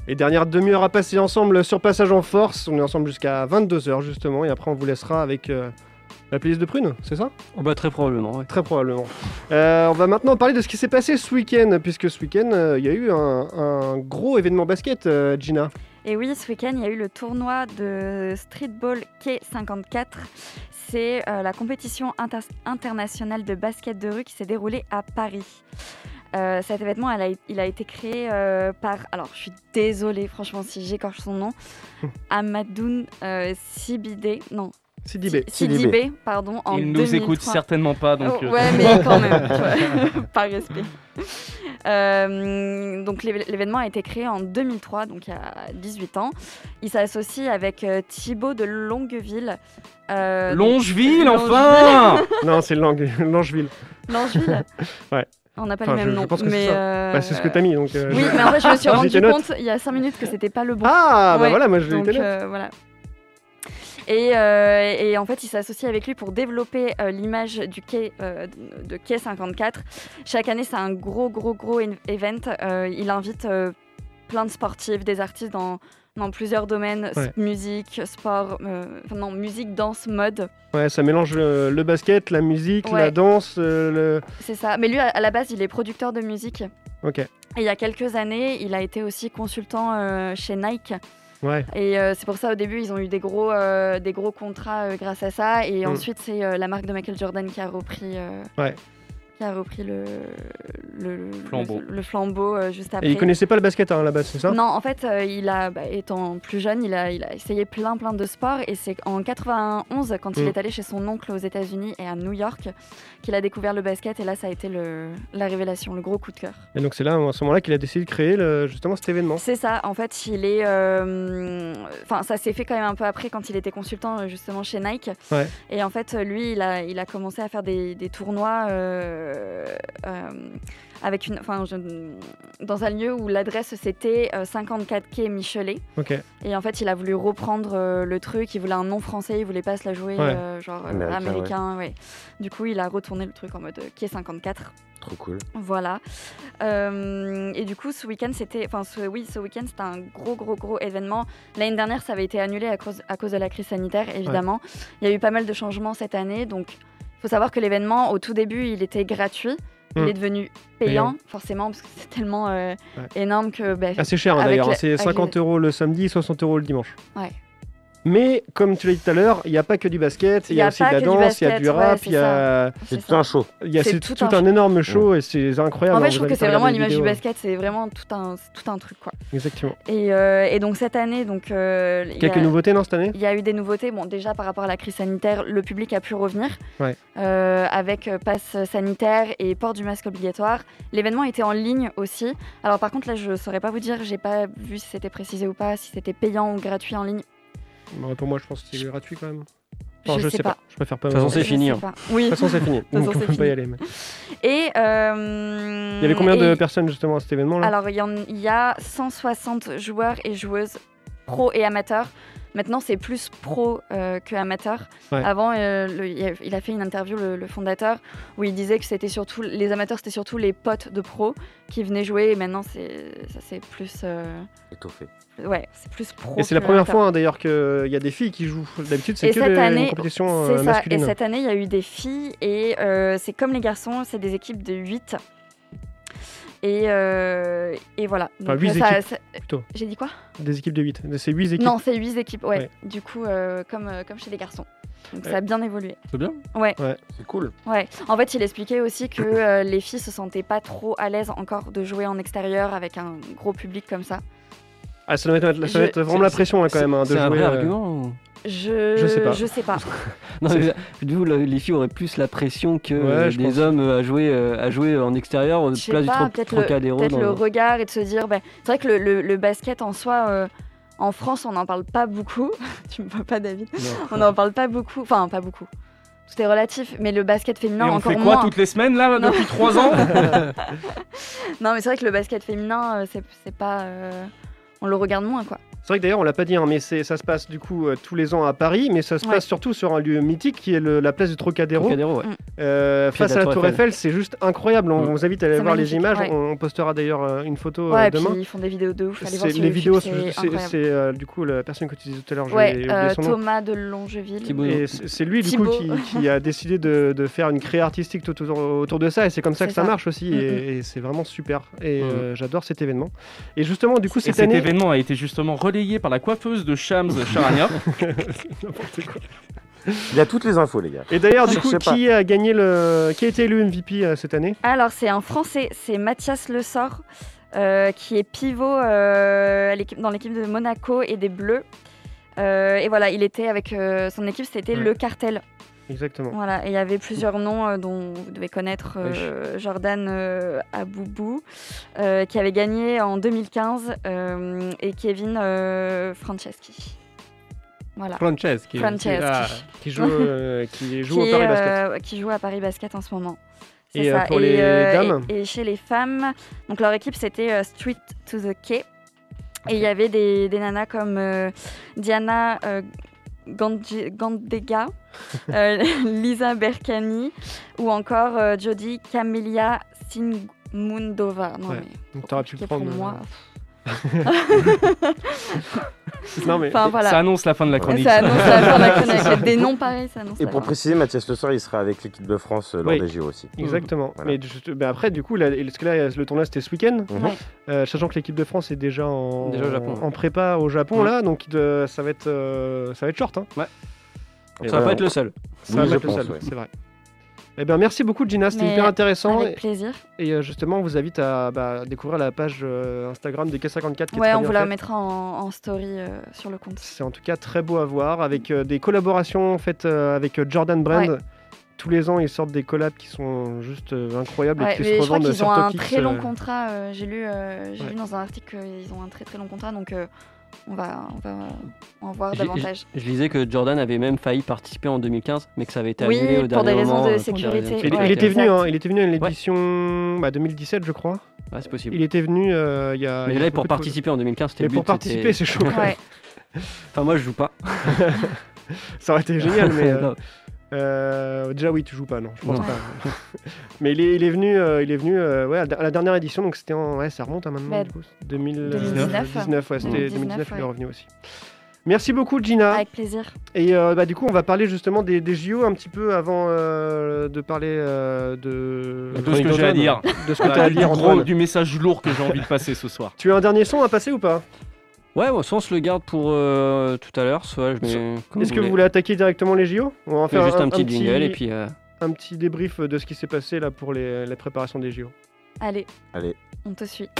Les dernières demi-heures à passer ensemble sur Passage en Force. On est ensemble jusqu'à 22h justement et après on vous laissera avec euh, la playlist de Prune, c'est ça Bah, très probablement, ouais. Très probablement. Euh, on va maintenant parler de ce qui s'est passé ce week-end puisque ce week-end euh, il y a eu un, un gros événement basket, euh, Gina. Et oui, ce week-end, il y a eu le tournoi de streetball K54. C'est euh, la compétition inter- internationale de basket de rue qui s'est déroulée à Paris. Euh, cet événement, elle a- il a été créé euh, par, alors je suis désolée franchement si j'écorche son nom, Amadoun euh, Sibidé, non, Sidibé. Si- Sidibé, pardon, en Il nous écoute 2003. certainement pas, donc, Oh, euh, ouais, mais quand même, tu vois, par respect. Euh, donc l'é- l'événement a été créé en 2003, donc il y a 18 ans. Il s'associe avec euh, Thibaut de Longueville. euh, donc- Longeville, enfin Non, c'est Lang- Langeville. Langeville ouais. On n'a pas Enfin, le même je- nom. Je pense que mais c'est ça. euh, Bah, c'est ce que t'as mis. Donc, euh, Oui, mais en fait, je me suis J'ai rendu tes notes. compte il y a 5 minutes que c'était pas le bon. Ah, bah voilà, moi, je l'ai Donc, été là. euh, voilà. Et, euh, et en fait, il s'associe avec lui pour développer euh, l'image du quai euh, de quai 54. Chaque année, c'est un gros, gros, gros en- event. Euh, il invite euh, plein de sportifs, des artistes dans, dans plusieurs domaines s- Ouais. musique, sport, euh, enfin, non, musique, danse, mode. Ouais, ça mélange le, le basket, la musique, Ouais. la danse, euh, C'est ça. Mais lui, à- à la base, il est producteur de musique. le. Ok. Et il y a quelques années, il a été aussi consultant euh, chez Nike. Ouais. Et euh, c'est pour ça, au début, ils ont eu des gros, euh, des gros contrats euh, grâce à ça. Et Mm. ensuite, c'est euh, la marque de Michael Jordan qui a repris, euh, Ouais. qui a repris le, le, Flambeau. le, le flambeau euh, juste après. Et il connaissait pas le basket hein, à la base, c'est ça Non, en fait, euh, il a, bah, étant plus jeune, il a, il a essayé plein, plein de sports. Et c'est en 91, quand il Mm. est allé chez son oncle aux États-Unis et à New York, qu'il a découvert le basket. Et là, ça a été le, la révélation, le gros coup de cœur. Et donc c'est là, à ce moment-là, qu'il a décidé de créer le- justement cet événement. C'est ça, en fait, il est. euh, Enfin, ça s'est fait quand même un peu après quand il était consultant euh, justement chez Nike. Ouais. Et en fait, lui, il a, il a commencé à faire des, des tournois euh, euh, avec une, enfin, je- dans un lieu où l'adresse c'était euh, 54 quai Michelet. Ok. Et en fait, il a voulu reprendre euh, le truc. Il voulait un nom français, il voulait pas se la jouer Ouais. euh, genre euh, Américain, américain. ouais. ouais. Du coup, il a retourné le truc en mode euh, quai 54. Trop cool. Voilà. Euh, et du coup, ce week-end, c'était, enfin, ce- oui, ce week-end, c'était un gros, gros, gros événement. L'année dernière, ça avait été annulé à cause, à cause de la crise sanitaire, évidemment. Il y a eu pas mal de changements cette année, donc il faut savoir que l'événement, au tout début, il était gratuit. Il Mm. est devenu payant, Payant. forcément, parce que c'est tellement euh, Ouais. énorme que. bah, Assez cher hein, avec d'ailleurs, la- hein, c'est avec les- 50 euros le samedi, 60 euros le dimanche. Ouais. Mais comme tu l'as dit tout à l'heure, il n'y a pas que du basket, il y, a aussi de la danse, il y a du rap, il y a. C'est tout un show. Il y a c'est tout, un énorme show et c'est incroyable. En hein, fait, je trouve vous allez que c'est pas vraiment regarder les l'image du vidéos. basket, c'est vraiment tout un, c'est tout un truc quoi. Exactement. Et, euh, et donc cette année, donc euh, il y a- Quelques nouveautés, non, cette année Il y a eu des nouveautés. Bon, déjà par rapport à la crise sanitaire, le public a pu revenir Ouais. euh, avec euh, passe sanitaire et port du masque obligatoire. L'événement était en ligne aussi. Alors par contre là, je saurais pas vous dire, j'ai pas vu si c'était précisé ou pas, si c'était payant ou gratuit en ligne. Bon, pour moi, je pense que c'est gratuit quand même. Je sais pas. Je préfère pas. De toute façon, me- c'est Je fini, sais hein. pas. De Oui. toute façon, c'est fini. De toute Donc, façon, on c'est peut pas fini. y aller. mais- Et euh, Il y avait combien de et- personnes justement à cet événement-là Alors, il y, en- il y a 160 joueurs et joueuses pro et amateurs. Maintenant, c'est plus pro euh, que amateur. Ouais. Avant, euh, le- il y a- il a fait une interview, le, le fondateur, où il disait que c'était surtout les amateurs, c'était surtout les potes de pro qui venaient jouer. Et maintenant, c'est ça, c'est plus. euh, Étoffé. ouais, c'est plus pro. Et c'est la que première amateur. fois hein, d'ailleurs qu'il y a des filles qui jouent. D'habitude, c'est Et que cette des année- une compétition c'est euh, ça. masculine. Et cette année, il y a eu des filles et euh, c'est comme les garçons, c'est des équipes de 8. Et, euh, et voilà. Enfin, Donc, huit ça- équipes, ça- plutôt. J'ai dit quoi Des équipes de 8. C'est 8 équipes. Non, c'est 8 équipes, ouais. Ouais. Du coup, euh, comme, euh, comme chez les garçons. Donc Ouais. ça a bien évolué. C'est bien Ouais. C'est cool. Ouais. En fait, il expliquait aussi que euh, les filles se sentaient pas trop à l'aise encore de jouer en extérieur avec un gros public comme ça. Ah, ça doit mettre, ça doit Je- mettre vraiment la c'est- pression là, quand même. hein, de c'est un jouer, vrai euh, argument ou- Je, Je sais pas. Je sais pas. Non, C'est- mais, du coup, le- les filles auraient plus la pression que Ouais, euh, je des pense. hommes euh, à jouer, euh, à jouer en extérieur, au Je sais place du pas, tro- peut-être le, Trocadéro. peut-être dans- le regard et de se dire, ben, c'est vrai que le, le- le basket en soi, euh, en France, on n'en parle pas beaucoup. tu me vois pas, David Non. On n'en parle pas beaucoup. Enfin, pas beaucoup. Tout est relatif, mais le basket féminin Et on encore fait quoi moins. toutes les semaines là Non. depuis 3 ans non, mais c'est vrai que le basket féminin, euh, c'est c'est pas, euh, on le regarde moins, quoi. C'est vrai que d'ailleurs, on l'a pas dit, hein, mais c'est- ça se passe du coup euh, tous les ans à Paris, mais ça se Ouais. passe surtout sur un lieu mythique qui est le- la place du Trocadéro. Trocadéro, ouais. Euh, Puis face à la Tour Eiffel, c'est juste incroyable. On Mm. vous invite à aller C'est voir les magnifique, images. ouais. On on postera d'ailleurs euh, une photo euh, ouais, et puis demain. ils font des vidéos de ouf. Allez voir C'est- sur les YouTube, vidéos, c'est c'est- incroyable. c'est euh, du coup la personne que tu disais tout à l'heure, j'ai Ouais, oublié euh, son nom. Thomas de Longeville. Et c'est c'est lui du coup Thibaut. qui, qui a décidé de, de faire une créa artistique tout autour, autour de ça et c'est comme ça C'est que ça, ça. marche aussi Mhm. et, et c'est vraiment super et euh, j'adore cet événement. Et justement du coup Et cette cet année événement a été justement relayé par la coiffeuse de Shams Charania. Il a toutes les infos, les gars. et d'ailleurs du coup Cherchez pas. qui a gagné le qui a été élu MVP euh, cette année Alors, c'est un Français, c'est Mathias Le Sort, euh, qui est pivot euh, à l'équipe- dans l'équipe de Monaco et des Bleus. Euh, et voilà, il était avec euh, son équipe, c'était Ouais. le cartel. Exactement. Voilà, et il y avait plusieurs noms euh, dont vous devez connaître euh, Jordan euh, Aboubou, euh, qui avait gagné en 2015, euh, et Kevin euh, Franceschi. Voilà. Franceschi. Franceschi. Ah, qui joue, euh, qui joue au Qui, Paris Basket. euh, qui joue à Paris Basket en ce moment. C'est Et, euh, ça. pour les dames et, et chez les femmes, donc leur équipe c'était euh, Street to the Quay. Et il y avait des, des nanas comme euh, Diana euh, Gandje- Gandega, euh, Lisa Berkani ou encore euh, Jody Camelia Singmundova. Non, Ouais. mais Donc t'aurais pu le c'est pour prendre. euh, moi. non mais Enfin, voilà. Ça annonce la fin de la chronique. Ça annonce la fin de la chronique. Avec des noms pareils, ça annonce Et la pour fin. préciser, Mathias Le Sort, il sera avec l'équipe de France euh, lors Oui. des JO Mmh. aussi. Exactement. Voilà. Mais juste- bah, après, du coup, là, parce que là, le tournoi c'était ce week-end, Mhm. Ouais. Euh, sachant que l'équipe de France est déjà en, Mmh. Déjà au Japon. Mmh. en prépa au Japon, Ouais. là, donc euh, ça va être, euh, ça va être short. Hein. Ça va pas être le seul. Ça va Oui, pas je être le pense, seul, ouais. c'est vrai. Eh bien, merci beaucoup, Gina, c'était Mais hyper intéressant. Avec plaisir. Et euh, justement, on vous invite à bah, découvrir la page euh, Instagram de K54 qui est Ouais, très on bien vous la faite. remettra en, en story euh, sur le compte. C'est en tout cas très beau à voir, avec euh, des collaborations faites euh, avec euh, Jordan Brand. Ouais. Tous les ans, ils sortent des collabs qui sont juste euh, incroyables Ouais, et qui mais je se crois revendent qu'ils sur ont un Top X, très long euh, contrat. euh, j'ai lu, euh, j'ai ouais. lu dans un article qu'ils ont un très très long contrat, donc euh, on va, on va en voir J'ai- j'ai- davantage. Je, lisais que Jordan avait même failli participer en 2015, mais que ça avait été Oui, annulé au pour dernier des raisons moment, de euh, sécurité. pour des Il, raisons de il était sécurité. venu, hein, il était venu à l'édition bah, 2017, je crois. Ouais, c'est possible. Il était venu euh, il y a. Mais il y a là, beaucoup pour de- participer en 2015, c'était Mais le but. pour participer, c'est c'était- chaud. quand même. Enfin, moi, je joue pas. Ça aurait été génial, mais. euh, Non. euh, déjà, oui, tu joues pas, non, je pense Non. pas. mais il est, il est venu, euh, il est venu euh, ouais, à la dernière édition, donc c'était en. Ouais, ça remonte à maintenant, Bah, du coup. 2019. 2019. 19, ouais, c'était 2019, 2019, il est ouais. revenu aussi. Merci beaucoup, Gina. Avec plaisir. Et euh, bah, du coup, on va parler justement des, des JO un petit peu avant euh, de parler euh, de. De ce que j'ai à dire. De ce que Bah, t'as à du dire, gros- Antoine. du message lourd que j'ai envie de passer ce soir. Tu as un dernier son à passer ou pas Ouais, bon, soit on se le garde pour euh, tout à l'heure, soit je mets. comme Est-ce que vous voulez. voulez attaquer directement les JO On va en Fais juste un petit jingle et puis, euh, Un petit débrief de ce qui s'est passé là pour les- la préparation des JO. Allez, Allez. on te suit.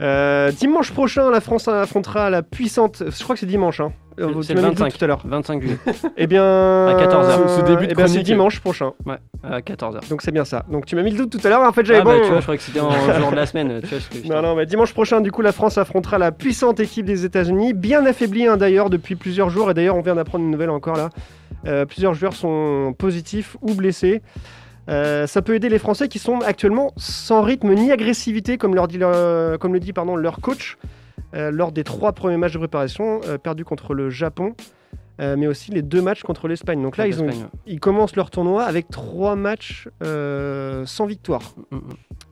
Euh, dimanche prochain, la France affrontera la puissante. Je crois que c'est dimanche. Hein. Euh, vous- c'est tu le m'avais dit 25 tout à l'heure. 25 juillet. Eh bien, À 14 heures. Ce- ce début de eh ben, c'est chronique. dimanche prochain. Ouais, à 14h. Donc c'est bien ça. Donc tu m'as mis le doute tout à l'heure. En fait, j'avais Ah bah, bon. tu vois, je croyais que c'était en jour de la semaine. Tu vois, ce que je- Non, non, mais dimanche prochain, du coup, la France affrontera la puissante équipe des États-Unis, bien affaiblie hein, d'ailleurs depuis plusieurs jours. Et d'ailleurs, on vient d'apprendre une nouvelle encore là. Euh, plusieurs joueurs sont positifs ou blessés. Euh, ça peut aider les Français qui sont actuellement sans rythme ni agressivité, comme, leur dit leur- comme le dit pardon, leur coach, euh, lors des trois premiers matchs de préparation, euh, perdus contre le Japon, euh, mais aussi les deux matchs contre l'Espagne. Donc là, Contre ils, ont, l'Espagne, ouais. ils commencent leur tournoi avec trois matchs euh, sans victoire.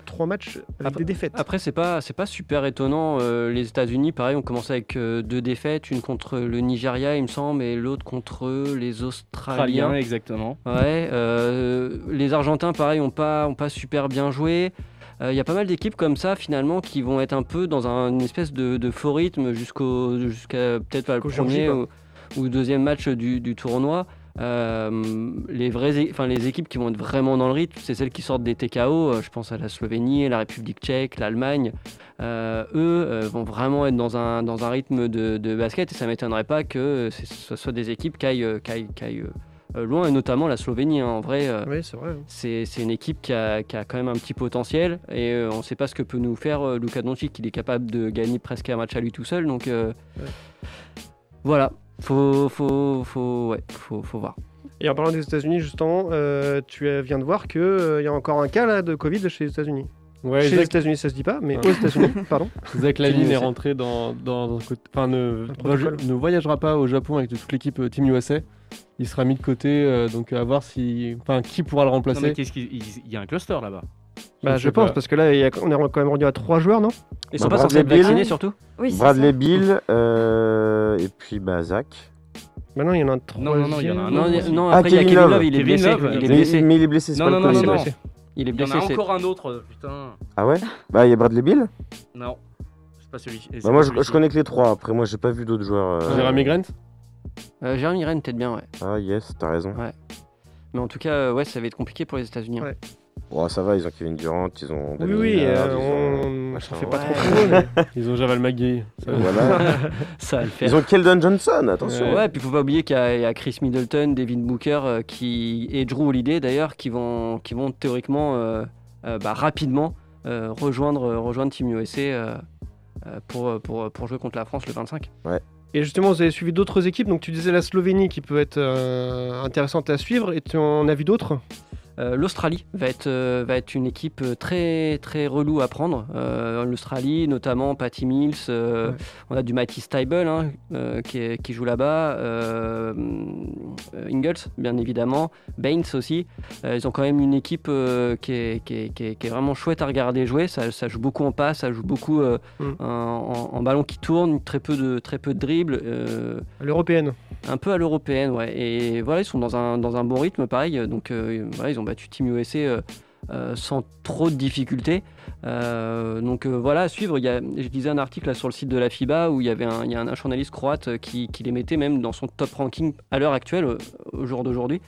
Trois matchs avec des défaites. Mm, Après, c'est pas, c'est pas super étonnant. euh, les États-Unis, pareil, ont commencé avec euh, deux défaites, une contre le Nigeria, il me semble, et l'autre contre les Australiens. Australien, exactement. Ouais. euh, les Argentins, pareil, ont pas, ont pas super bien joué. Euh, Il y a pas mal d'équipes comme ça finalement qui vont être un peu dans un, une espèce de, de faux rythme jusqu'au jusqu'à peut-être pas le Jusqu'au jour premier J, quoi. ou, ou deuxième match du, du tournoi. Euh, les, vraies, é- enfin, les équipes qui vont être vraiment dans le rythme, c'est celles qui sortent des TKO. euh, je pense à la Slovénie, la République tchèque, l'Allemagne. Euh, eux euh, vont vraiment être dans un, dans un rythme de, de basket et ça m'étonnerait pas que euh, c'est- ce soit des équipes qui aillent, euh, qui aillent- qui aillent, euh, loin, et notamment la Slovénie. hein. en vrai, euh, Oui, c'est vrai. c'est c'est une équipe qui a, qui a quand même un petit potentiel et euh, on ne sait pas ce que peut nous faire euh, Luka Doncic. Il est capable de gagner presque un match à lui tout seul. Donc euh, voilà, faut, faut, faut, ouais, faut, faut voir. Et en parlant des États-Unis, justement, euh, tu euh, viens de voir qu'il y a encore un cas là, de Covid chez les États-Unis. Ouais, chez les Zach- États-Unis, ça se dit pas, mais Ouais. aux États-Unis, pardon. Zach Lavine Team est USA. rentré dans, dans un côté- enfin, ne, protocole. ne voyagera pas au Japon avec toute l'équipe euh, Team USA. Il sera mis de côté, euh, donc à voir si, enfin, qui pourra le Non, mais remplacer. qu'est-ce qu'il il- il y a un cluster là-bas Bah, je pense, parce que là, il y a- on est quand même rendu à trois joueurs, non Ils Bah, Bradley Beal, Bradley Bill et puis bah, Zach. Bah non, il y en a un troisième. Non, non, non, il y en a Ah, un autre aussi. non, après, il y a Kevin Love, il est Kevin blessé, Love, il est Mais- blessé. mais il est blessé, c'est Non, pas non, le non, Covid, non, il est non. blessé. Il est Il y en blessé. a c'est- encore un autre, euh, putain. Ah ouais Bah, il y a Bradley Bill Non, c'est pas celui-ci. Et c'est bah, Moi, pas je, celui-ci. je connais que les trois. Après, moi, j'ai pas vu d'autres joueurs. euh, Jeremy Grant Euh, Jeremy Rennes, peut-être bien, ouais. Ah, yes, t'as raison. Ouais. Mais en tout cas, euh, ouais, ça va être compliqué pour les États-Unis. hein. Bon, ça va, ils ont Kevin Durant, ils ont. Damian oui, Lillard, euh, ils ont... on- on Ah, machin. s'en fait pas trop pour eux, mais- Ils ont Javal McGee. ça va. Voilà. Ça va le faire. Ils ont Keldon Johnson, attention. Ouais, ouais, puis faut pas oublier qu'il y, a- il y a Chris Middleton, David Booker euh, qui, et Drew Holiday d'ailleurs qui vont, qui vont théoriquement euh, euh, bah, rapidement euh, rejoindre, euh, rejoindre Team USA euh, euh, pour, euh, pour, pour jouer contre la France le 25. Et justement, vous avez suivi d'autres équipes, donc tu disais la Slovénie qui peut être euh, intéressante à suivre, et tu en as vu d'autres Euh, L'Australie va être, euh, va être une équipe euh, très, très relou à prendre. Euh, L'Australie, notamment Patty Mills, euh, on a du Matty Stable hein, euh, qui, est- qui joue là-bas, euh, euh, Ingalls, bien évidemment, Baines aussi. Euh, ils ont quand même une équipe euh, qui, est, qui, est, qui est- qui est vraiment chouette à regarder jouer. Ça, ça joue beaucoup en passe, ça joue beaucoup euh, en, en- en ballon qui tourne, très peu de, très peu de dribbles. euh, À L'européenne. un peu à l'européenne, ouais. Et voilà, ils sont dans un, dans un bon rythme, pareil. Donc, euh, voilà, ils ont battu Team USA euh, euh, sans trop de difficultés. Euh, donc, euh, voilà, à suivre. Il y a, je lisais un article là, sur le site de la FIBA où il y avait un, il y a un journaliste croate euh, qui, qui les mettait même dans son top ranking à l'heure actuelle, euh, au jour d'aujourd'hui.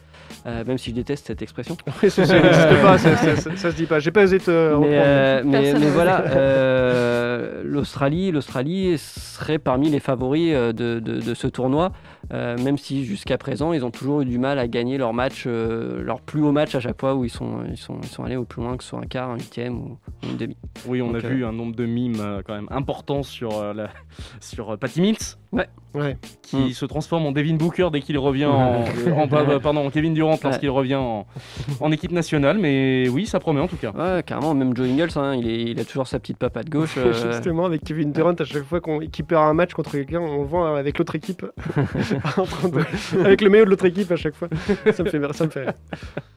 Euh, même si je déteste cette expression. Oui, ça ça n'existe pas, ça, ça- ça- ça se dit pas. J'ai pas osé te reprendre. Mais, euh, mais, mais voilà, euh, l'Australie, l'Australie serait parmi les favoris euh, de, de- de ce tournoi, euh, même si jusqu'à présent ils ont toujours eu du mal à gagner leur match, euh, leur plus haut match à chaque fois où ils sont, ils sont, ils sont allés au plus loin, que ce soit un quart, un huitième ou une demi. Oui, on Donc, a euh, vu un nombre de mimes euh, quand même important sur, euh, la... sur euh, Patty Mills. Ouais. Qui Hmm. se transforme en Devin Booker dès qu'il revient en, euh, Ouais. en- pa- pardon, en Kevin Durant lorsqu'il Ouais. revient en, en équipe nationale. Mais oui, ça promet en tout cas. Ouais, carrément, même Joe Ingles, hein, il, est- il a toujours sa petite papa de gauche. euh, Justement, avec Kevin Durant, à chaque fois qu'on- qu'il perd un match contre quelqu'un, on le voit avec l'autre équipe, en train de- avec le maillot de l'autre équipe à chaque fois. Ça me fait, mer- ça me fait rire.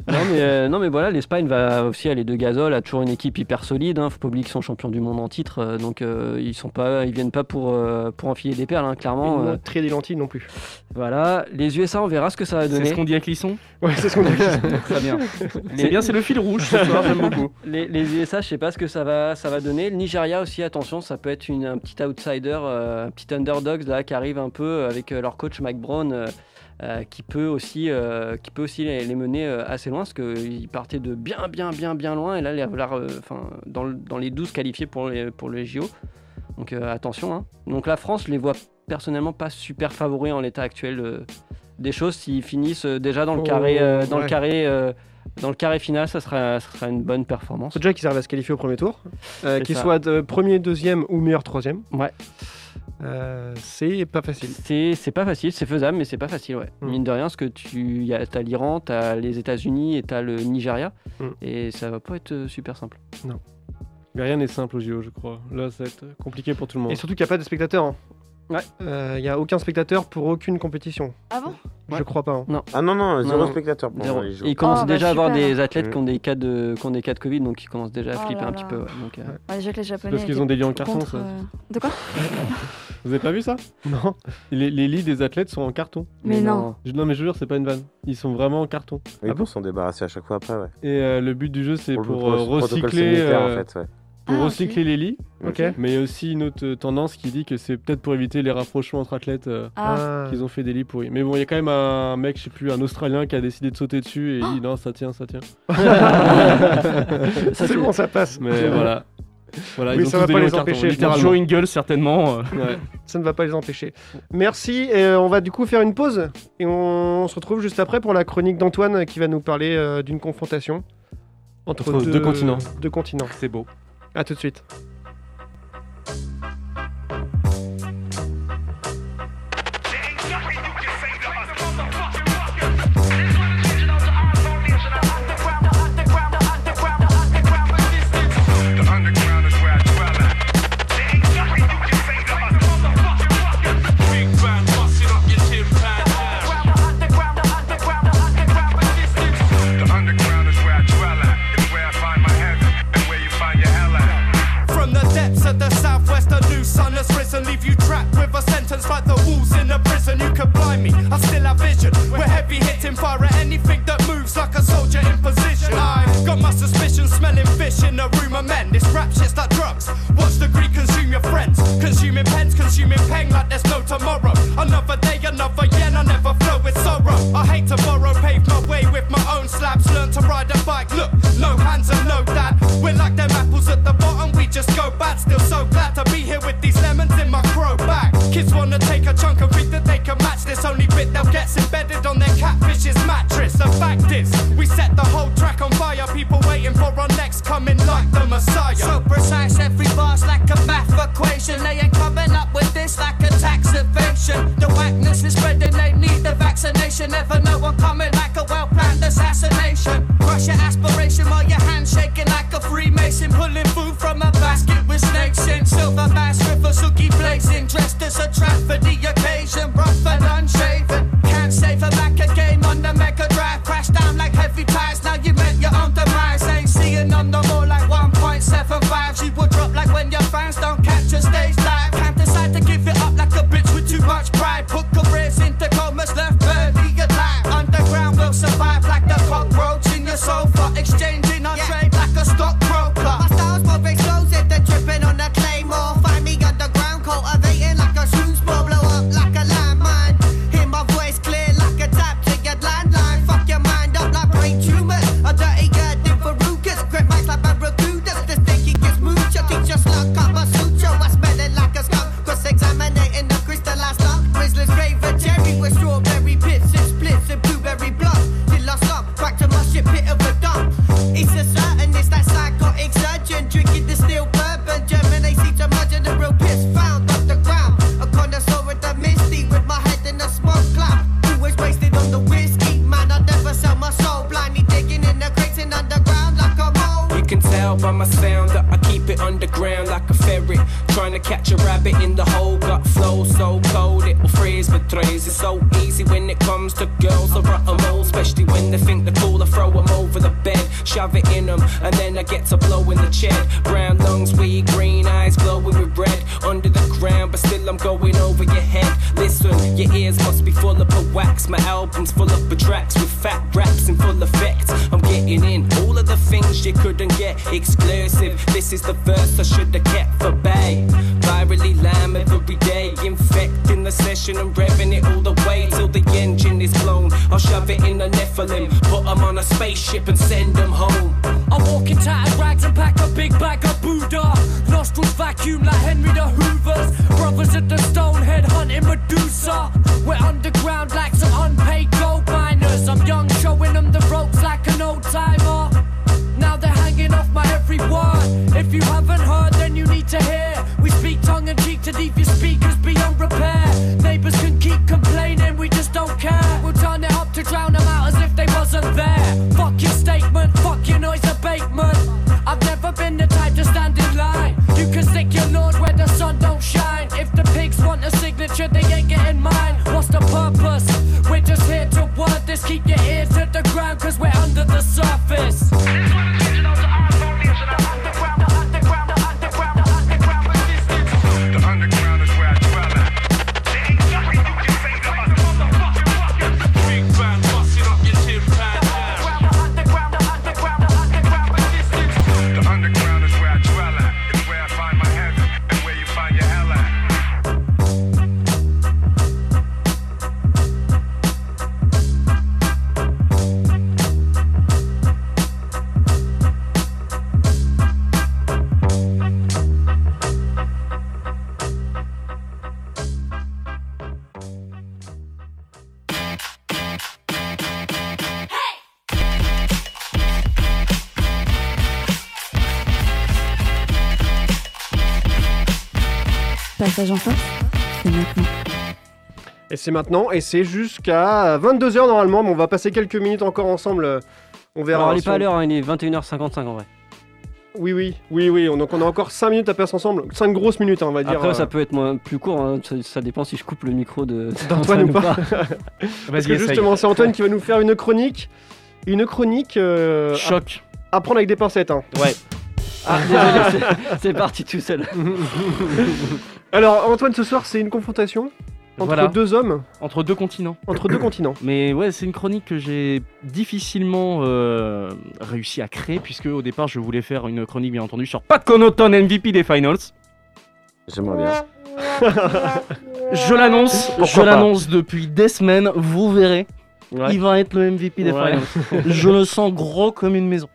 non, mais, euh, non mais voilà, l'Espagne va aussi aller de gazole, a toujours une équipe hyper solide, hein, faut pas oublier qu'ils sont champions du monde en titre, euh, donc euh, ils sont pas, ils viennent pas pour, euh, pour enfiler des perles, hein, clairement. Ils n'ont euh, trié des lentilles non plus. Voilà, les USA, on verra ce que ça va donner. ce qu'on dit à Clisson Ouais, c'est ce qu'on dit à Clisson. Très bien. C'est bien, c'est le fil rouge ce soir, j'aime beaucoup. Les, les USA, je sais pas ce que ça va, ça va donner. Le Nigeria aussi, attention, ça peut être une, un petit outsider, euh, un petit underdogs là, qui arrive un peu avec euh, leur coach Mike Brown. euh, euh, qui peut aussi, euh, qui peut aussi les, les mener euh, assez loin, parce qu'ils partaient de bien, bien, bien, bien loin, et là, les, voilà, euh, enfin, dans, le- dans les 12 qualifiés pour les, pour les JO. Donc euh, attention. hein. Donc la France, je les vois personnellement pas super favoris en l'état actuel euh, des choses. S'ils finissent euh, déjà dans le Oh, carré, euh, dans ouais. le carré, euh, dans le carré final, ça sera, ça sera une bonne performance. Faut déjà qu'ils arrivent à se qualifier au premier tour, euh, C'est qu'ils ça. soient euh, premier, deuxième ou meilleur troisième. Euh, Ouais. c'est pas facile. C'est, c'est pas facile, c'est faisable, mais c'est pas facile, ouais. Mm. Mine de rien, parce que tu y a, t'as l'Iran, t'as les États-Unis et t'as le Nigeria, Mm. et ça va pas être euh, super simple. Non. Mais rien n'est simple aux JO, je crois. Là, ça va être compliqué pour tout le monde. Et surtout qu'il n'y a pas de spectateurs. hein. Euh, Il n'y a aucun spectateur pour aucune compétition. Ah bon Je crois pas. hein. Non. Ah non, non, zéro Non, non. spectateur pour Zéro. les JO. Et Ils commencent Oh, bah, déjà à avoir super. des athlètes Mm. qui, ont des cas de, qui ont des cas de Covid, donc ils commencent déjà à Oh flipper là un là. petit peu. ouais. Donc, euh, Ouais, déjà que les Japonais. parce qu'ils étaient ont des liens en carton, contre, ça. euh, De quoi Vous avez pas vu ça Non. Les, les lits des athlètes sont en carton. Mais Mais non. non. Je- non, mais je jure, c'est pas une vanne. Ils sont vraiment en carton. Oui, pour s'en débarrasser à chaque fois après, ouais. Et euh, le but du jeu, c'est Pour pour, le pro- euh, protocole recycler, sanitaire, en euh, fait, ouais. pour Ah, ok. recycler les lits. Ok. Mais il y a aussi une autre euh, tendance qui dit que c'est peut-être pour éviter les rapprochements entre athlètes euh, Ah. qu'ils ont fait des lits pourris. Mais bon, il y a quand même un mec, je sais plus, un Australien qui a décidé de sauter dessus et il dit non, ça tient, ça tient. C'est bon, ça passe. Mais voilà. Voilà, Oui, Bah, ils ont ça tous va des pas liens les en carton, empêcher. littéralement. Toujours une gueule, certainement. euh, Ça ne va pas les empêcher. Merci. Et euh, on va du coup faire une pause. Et on, se retrouve juste après pour la chronique d'Antoine euh, qui va nous parler euh, d'une confrontation entre, Entre deux continents. Deux continents. C'est beau. À tout de suite. From the depths of the southwest, a new sun has risen. Leave you trapped with a sentence like the wolves in a prison. You can blind me, I still have vision. We're heavy hitting fire at anything that moves like a soldier in position. I've got my suspicions, smelling fish in a room of men. This rap shit's like drugs. What's the greed consume your friends? Consuming pens, consuming pain like there's no tomorrow. Another day, another yen, I never flow with sorrow. I hate to borrow, pave my way with my own slabs. Learn to ride a bike, look, no hands and no dad. We're like them apples at the bottom, we just go bad. Still so glad to be here with these lemons in my crow bag. Kids wanna take a chunk and think that they can match this. Only bit they'll get's embedded on their catfish's mattress. The fact is, we set the whole track on fire. People waiting for our next coming like the Messiah. So precise, every bar's like a math equation. They ain't coming up with this like a tax evasion. The whackness is spreading, they need the vaccination. Never know I'm coming like a well planned assassination. Crush your aspiration while your hand's shaking like a Freemason. Pulling food from a basket with snakes in. Silver mass with a Suki blazing. Dressed as a trap for the occasion. Rough and unshaven. Can't save a Mac a game on the Mega Drive. Crash down like heavy tires. Now you meant your own demise. Ain't seeing none no more like 1.75. You would drop like when your fans don't catch a stage dive. Can't decide to give it up like a bitch with too much pride. Put careers into comas, left barely alive. Underground will survive like the cockroach in your sofa. Exchanging our trade like a stockbroker. My style's more explosive than dripping on a claymore. Find me underground, cultivating like a small blow up like a landmine. Hear my voice clear like a tap to your landline. Fuck your mind up like brain tumors. A dirty goddamn verrugas. Grip mics like barracudas. This thinking gets mooch. Your teacher slug, cover suture. I smell it like a skunk. Cross examinating the crystallized lump. Grizzly's favorite cherry with strawberry pits and splits and blueberry blocks. Till I stop, back to my shit pit of a dump. It's a certain, it's that psychotic surgeon drinking the steel bourbon. German AC to imagine the real piss found on the ground. A connoisseur of the misty with my head in a smoke cloud. Always wasted on the whiskey, man. I never sell my soul. Blindly digging in the crates and underground like a mole. You can tell by my sound that I keep it underground like a ferret. Trying to catch a rabbit in the hole, got flow soul so cold, it will freeze with trays. It's so easy when it comes to girls, I rut 'em all, especially when they think they're cool. I throw 'em over the bed, shove it in 'em, and then I get to blow in the chest. Brown lungs, weed, green eyes glowing with red. Under the ground, but still I'm going over your head. Listen, your ears must be full up of wax. My album's full up of tracks with fat raps in full effect. I'm getting in all of the things you couldn't get exclusive. This is the verse I should have kept for bay. Virally lime every day, infecting the session and revving it all the way till the engine is blown. I'll shove it in the Nephilim, put 'em on a spaceship and send 'em home. I walk in tattered rags and pack a big bag of Buddha. Nostrils vacuum like Henry the Hoovers. Brothers at the Stonehead hunting Medusa. We're underground like some unpaid gold miners. I'm young, showing them the ropes like an old timer. Now they're hanging off my every word. If you haven't heard, then you need to hear. We speak tongue and cheek to leave your speakers beyond repair. Neighbors can keep complaining, we just don't care. We'll turn it up to drown them out as if they wasn't there. Fuck your statement, fuck your noise abatement. I've never been the type to stand in line. You can stick your lord where the sun don't shine. If the pigs want a signature, they ain't getting mine. What's the purpose? We're just here to word this. Keep your ear to the ground, cause we're under the surface. Passage en force, c'est maintenant. Et c'est maintenant, et c'est jusqu'à 22h normalement, mais on va passer quelques minutes encore ensemble. euh, On verra. Alors, il est si pas à on- l'heure, hein, il est 21h55 en vrai. Oui, oui, oui, oui. on- Donc on a encore 5 minutes à passer ensemble. 5 grosses minutes, hein, on va dire. Après, euh, ça peut être moins, plus court, hein, ça, ça dépend si je coupe le micro de Antoine ou pas. Parce que justement, c'est Antoine qui va nous faire une chronique. Une chronique. euh, Choc. À, à prendre avec des pincettes. Hein. Ouais. Ah, désolé, c'est- c'est parti tout seul. Alors, Antoine, ce soir, c'est une confrontation entre Voilà. deux hommes. Entre deux continents. Entre deux continents. Mais ouais, c'est une chronique que j'ai difficilement euh, réussi à créer, puisque au départ, je voulais faire une chronique, bien entendu, sur Pat Connaughton MVP des Finals. J'aimerais bien. Je l'annonce, Euh, Pourquoi je pas l'annonce depuis des semaines, vous verrez. Il va être le MVP des Ouais. Finals. je le sens gros comme une maison.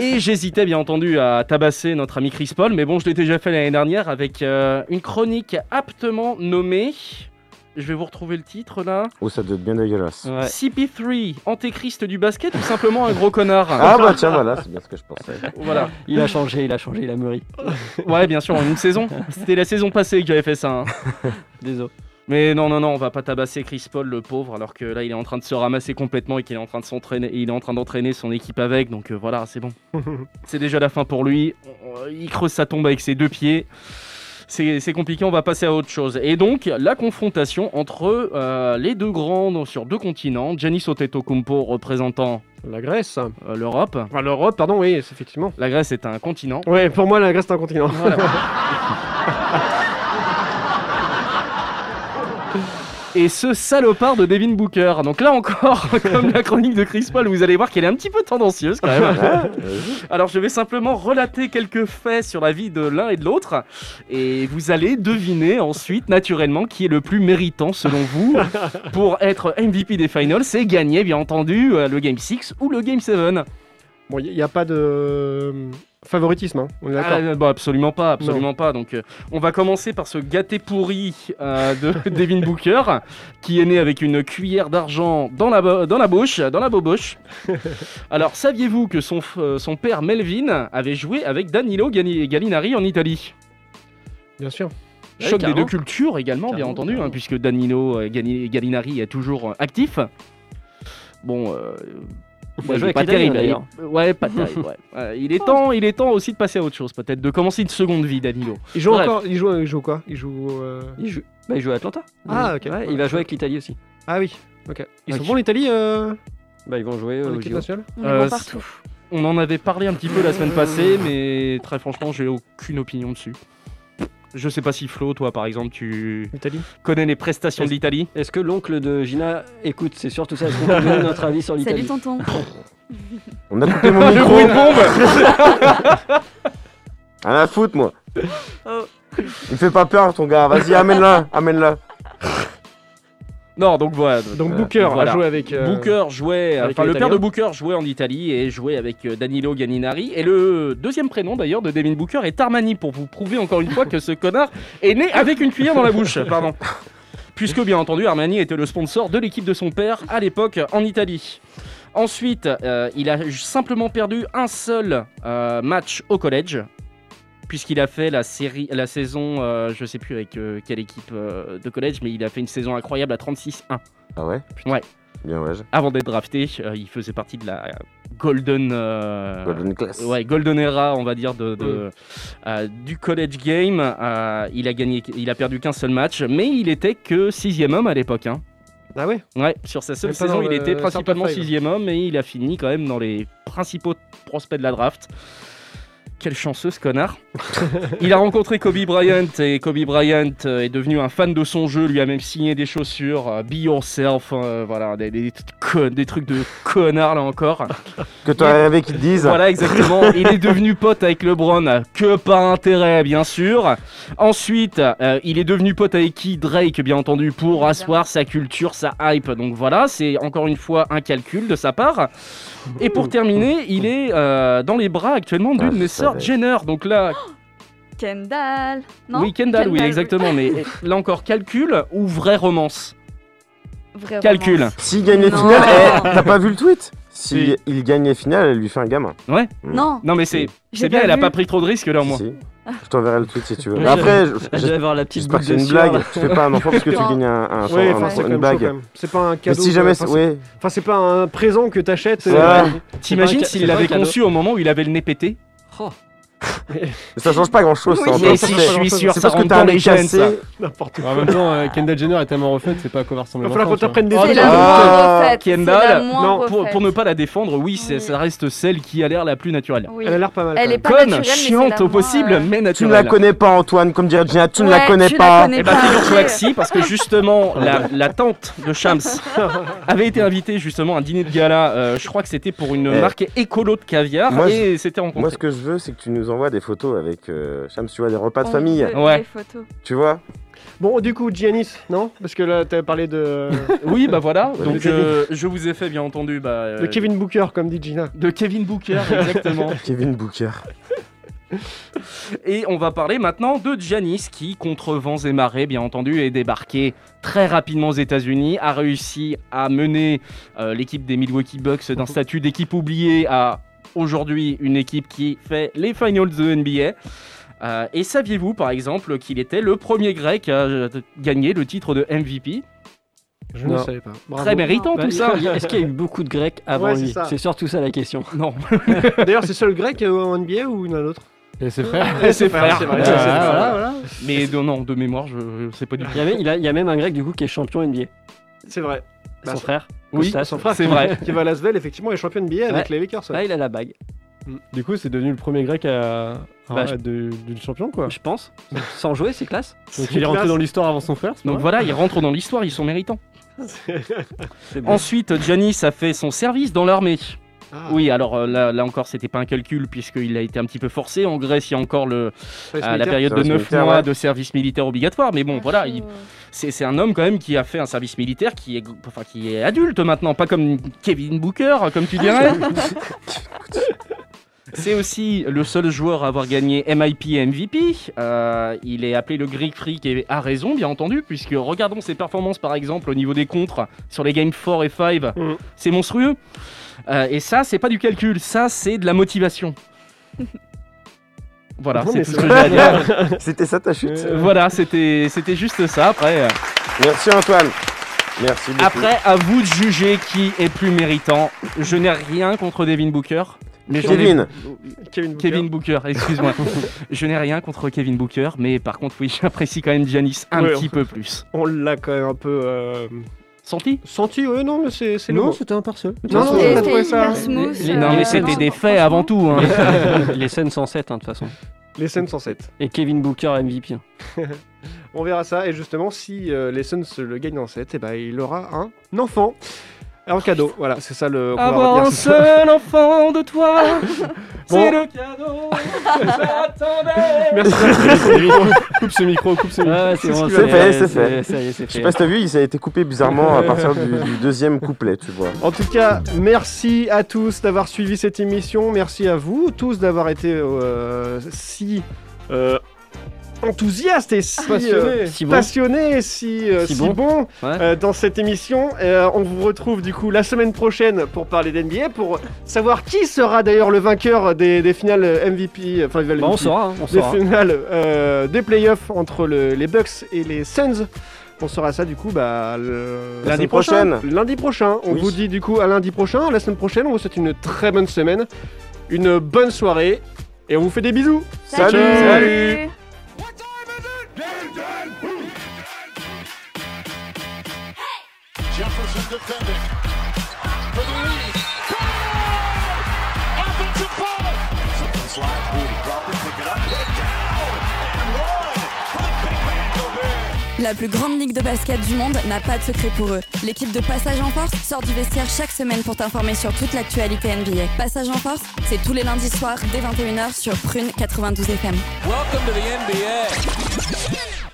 Et j'hésitais bien entendu à tabasser notre ami Chris Paul, mais bon, je l'ai déjà fait l'année dernière avec euh, une chronique aptement nommée. Je vais vous retrouver le titre là. Oh, ça doit être bien dégueulasse. CP3, antéchrist du basket ou simplement un gros connard Ah bah tiens, voilà, c'est bien ce que je pensais. Voilà. Il a changé, il a changé, il a meuri. Ouais, bien sûr, en une saison. C'était la saison passée que j'avais fait ça. hein. Désolé. Mais non, non, non, on va pas tabasser Chris Paul, le pauvre, alors que là, il est en train de se ramasser complètement et qu'il est en train de s'entraîner, il est en train d'entraîner son équipe avec, donc euh, voilà, c'est bon. C'est déjà la fin pour lui. On- Il creuse sa tombe avec ses deux pieds. C'est c'est compliqué, on va passer à autre chose. Et donc, la confrontation entre euh, les deux grands sur deux continents, Giannis Antetokounmpo représentant euh, la Grèce, l'Europe. L'Europe, pardon, oui, c'est effectivement. La Grèce est un continent. Ouais, pour moi, la Grèce, c'est un continent. et ce salopard de Devin Booker. Donc là encore, comme la chronique de Chris Paul, vous allez voir qu'elle est un petit peu tendancieuse quand même. Alors je vais simplement relater quelques faits sur la vie de l'un et de l'autre, et vous allez deviner ensuite naturellement qui est le plus méritant selon vous pour être MVP des finals et gagner bien entendu euh, le Game 6 ou le Game 7. Bon, il n'y a pas de euh, favoritisme, hein, on est d'accord. Ah, euh, bah, absolument pas, absolument Non. pas. Donc, euh, on va commencer par ce gâté pourri euh, de Devin Booker, qui est né avec une cuillère d'argent dans la, bo- dans la bouche, dans la boboche. Alors, saviez-vous que son, f- euh, son père Melvin avait joué avec Danilo Gani- Gallinari en Italie Bien sûr. Choc des deux cultures également, bien entendu, hein, puisque Danilo euh, Gani- Gallinari est toujours euh, actif. Bon, euh, Bien joué il est avec pas les Italiens, terrible. d'ailleurs. il- Ouais, pas terrible. ouais. Euh, il, est temps, il est temps aussi de passer à autre chose, peut-être, de commencer une seconde vie, Danilo. Il joue Bref. encore. Il joue, il joue quoi Il joue. euh, Il joue, bah, il joue à Atlanta. Ah, ok. Ouais, Il va jouer avec l'Italie aussi. Ah oui. Ok. Ils sont Ok. bons l'Italie euh, Bah, ils vont jouer en euh, au équipe JO. nationale Euh, On en avait parlé un petit peu la semaine passée, mais très franchement, j'ai aucune opinion dessus. Je sais pas si Flo, toi par exemple, tu connais les prestations de l'Italie. Est-ce que l'oncle de Gina écoute C'est surtout ça. Est-ce qu'on peut donner notre avis sur l'Italie Salut tonton. On a coupé mon Le micro. bruit de bombe Rien à foutre, moi. Oh. Il me fait pas peur, ton gars. Vas-y, amène-la, amène-la. Non, donc voilà. Donc Booker voilà. a joué avec. euh, Booker jouait, avec enfin le père l'Italien. de Booker jouait en Italie et jouait avec euh, Danilo Gallinari. Et le deuxième prénom d'ailleurs de Devin Booker est Armani pour vous prouver encore une fois que ce connard est né avec une cuillère dans la bouche. Pardon. Puisque bien entendu Armani était le sponsor de l'équipe de son père à l'époque en Italie. Ensuite, euh, il a simplement perdu un seul euh, match au collège. Puisqu'il a fait la série, la saison, euh, je sais plus avec euh, quelle équipe euh, de collège, mais il a fait une saison incroyable à 36-1. Ah ouais Ouais. Bien, ouais. Avant d'être drafté, euh, il faisait partie de la euh, Golden. euh, Golden class. Ouais, Golden Era, on va dire, de, de, euh, du college game. Euh, il, a gagné, il a perdu qu'un seul match, mais il était que sixième homme à l'époque. hein. Ah ouais Ouais, sur sa seule Mais pas dans saison, il le était top principalement five. sixième homme et il a fini quand même dans les principaux prospects de la draft. Quel chanceux ce connard. il a rencontré Kobe Bryant et Kobe Bryant euh, est devenu un fan de son jeu, lui a même signé des chaussures, euh, Be Yourself, euh, voilà, des, des- des con- des trucs de connard là encore. Que t'aurais Il- rêvé qu'ils disent. Voilà, exactement. il est devenu pote avec LeBron que par intérêt, bien sûr. Ensuite, euh, il est devenu pote avec qui Drake, bien entendu, pour asseoir sa culture, sa hype. Donc voilà, c'est encore une fois un calcul de sa part. Et pour terminer, il est euh, dans les bras actuellement d'une des sœurs Jenner. Donc là, Kendall. Oh, Non oui, Kendall, oui, exactement. Mais là encore, calcul ou vraie romance Vrai Calcul. romance. S'il gagne les Non. finales, eh, t'as pas vu le tweet S'il il gagne les finales, elle lui fait un gamin. Ouais Non. Non, mais c'est J'ai c'est bien, pas elle a vu. pas pris trop de risques là au moins. Je t'enverrai le tweet si tu veux. Ouais, Mais après, je- j'avais- Bah, je- j'allais voir la petite j'espère que c'est boucle une de blague. sueur. Tu fais pas un enfant parce que tu Non. gagnes un, un- Ouais, un- enfin, c'est quand une même blague. chaud, quand même. C'est pas un cadeau. Mais si de- jamais, enfin, c'est- c'est- ouais. Enfin, c'est pas un présent que t'achètes. euh, Ouais. T'imagines s'il l'avait conçu au moment où il avait le nez pété Oh, Mais ça change pas grand chose. Oui, mais si, je suis sûr, ça rentre dans les gènes, ça. N'importe En même temps, euh, Kendall Jenner est tellement refaite, c'est pas à quoi va ressembler. Va falloir l'enfant, qu'on t'apprenne tu des vois. éléments. Ah, refaite, c'est la Kendall, moins non, pour, refaite. pour ne pas la défendre, oui, c'est- ça reste celle qui a l'air la plus naturelle. Oui. Elle a l'air pas mal, Elle quand est même. pas Conne, naturelle, mais c'est la chiante au moins, possible, euh, mais Tu ne naturelle. la connais pas, Antoine, comme dirait Gina, tu ne Ouais, la connais tu la pas. connais Eh ben, pas. figure-toi que si, parce que justement, la, la tante de Shams avait été invitée justement à un dîner de gala. euh, je crois que c'était pour une Eh. marque écolo de caviar Moi, et je- c'était rencontré. Moi, ce que je veux, c'est que tu nous envoies des photos avec euh, Shams, tu vois, des repas de On famille. veut Ouais. des photos. Tu vois Bon, du coup, Giannis, non Parce que là, t'avais parlé de. Oui, bah voilà. Donc de euh, je vous ai fait bien entendu bah, euh, De Kevin Booker, comme dit Gina. De Kevin Booker, exactement. Kevin Booker. Et on va parler maintenant de Giannis qui, contre vents et marées bien entendu, est débarqué très rapidement aux États-Unis, a réussi à mener euh, l'équipe des Milwaukee Bucks d'un statut d'équipe oubliée à aujourd'hui une équipe qui fait les finals de NBA. Euh, et saviez-vous par exemple qu'il était le premier grec à euh, gagner le titre de MVP Je ne savais pas. Bravo. Très méritant Bah, tout ça. est-ce qu'il y a eu Beaucoup de Grecs avant Ouais, c'est lui. ça. C'est surtout ça la question. Euh, Non. D'ailleurs, c'est le seul grec euh, en NBA ou une autre Et ses Et ses frères, c'est vrai. Ah, c'est vrai. voilà, voilà. Mais non, non, de mémoire, je, je sais Ah, pas du tout. Il y, a même, il a- il y a même un grec du coup qui est champion NBA. C'est vrai. Son Bah, frère. Oui, Kostas. Son frère, qui- Qui va à Lasvel, effectivement, est champion NBA avec Ouais. les Lakers. Là, Ah, il a la bague. Mm. Du coup, c'est devenu le premier grec à. à- Bah, je- de- du champion, quoi. Je pense. Sans jouer, c'est classe. Donc, il est rentré dans l'histoire avant son frère. Donc voilà, ils rentrent dans l'histoire, ils sont méritants. bien. Ensuite, Giannis a fait son service dans l'armée. Ah. Oui, alors euh, là, là encore, c'était pas un calcul puisqu'il a été un petit peu forcé. En Grèce, il y a encore le, Service euh, la Ah, militaire. période de Service 9 militaire, mois ouais. Ah, de service militaire obligatoire. Mais bon, voilà, il- c'est c'est un homme quand même qui a fait un service militaire qui est, enfin, qui est adulte maintenant, pas comme Kevin Booker, comme tu dirais. C'est aussi le seul joueur à avoir gagné MIP et MVP. Euh, il est appelé le Greek Freak et a raison, bien entendu, puisque regardons ses performances par exemple au niveau des contres sur les games 4 et 5. Mm. C'est monstrueux. Euh, et ça, c'est pas du calcul, ça, c'est de la motivation. Voilà, Non, c'est mais tout c'est ce que j'ai à vrai. dire. C'était ça ta chute Euh, Voilà, c'était c'était juste ça après. Merci Antoine. Merci beaucoup. Après, à vous de juger qui est plus méritant. Je n'ai rien contre Devin Booker. Mais j'en ai- Kevin. Kevin Booker. excuse-moi. je n'ai rien contre Kevin Booker, mais par contre, oui, j'apprécie quand même Giannis un Ouais, petit on- peu plus. On l'a quand même un peu. euh, Senti Senti, oui, non, mais c'est. c'est le Non, mot. c'était impartial. Non, non, j'ai pas trouvé ça. non, mais c'était des faits avant tout. hein. Les, les scènes 107, hein, de toute façon. Les scènes 107. Et Kevin Booker MVP. On verra ça. Et justement, si euh, les Suns le gagnent en 7, eh ben, il aura un enfant en cadeau. Voilà, c'est ça le. qu'on va Avoir retenir un ce soir. seul enfant de toi, c'est le cadeau Merci. Ah, coupe ce micro, coupe ce micro. c'est bon, C'est fait, c'est fait. c'est- ça y est, c'est Je sais fait. pas si t'as vu, il ça a été coupé bizarrement à partir du, du deuxième couplet, tu vois. En tout cas, merci à tous d'avoir suivi cette émission. Merci à vous tous d'avoir été euh, si euh, enthousiastes et si Passionnés. euh, Si bon. passionnés, si, euh, Si si bon. bons, Ouais. euh, dans cette émission. Euh, on vous retrouve du coup la semaine prochaine pour parler d'NBA, pour savoir qui sera d'ailleurs le vainqueur des, des finales euh, MVP. Enfin, Bah, on saura, hein, on des saura. finales euh, des playoffs entre le- les Bucks et les Suns. On saura ça du coup bah, le- La semaine la semaine prochaine. prochaine. Lundi prochain. On Oui. vous dit du coup à lundi prochain. À La semaine prochaine, on vous souhaite une très bonne semaine, une bonne soirée et on vous fait des bisous. Salut. Salut. Jefferson defending. For the lead. Goal! Offensive ball! Slide, Moody, drop it, pick it up, put it down, and run for the big man Gobert. La plus grande ligue de basket du monde n'a pas de secret pour eux. L'équipe de Passage en Force sort du vestiaire chaque semaine pour t'informer sur toute l'actualité NBA. Passage en Force, c'est tous les lundis soirs dès 21h sur Prune 92 FM. Welcome to the NBA.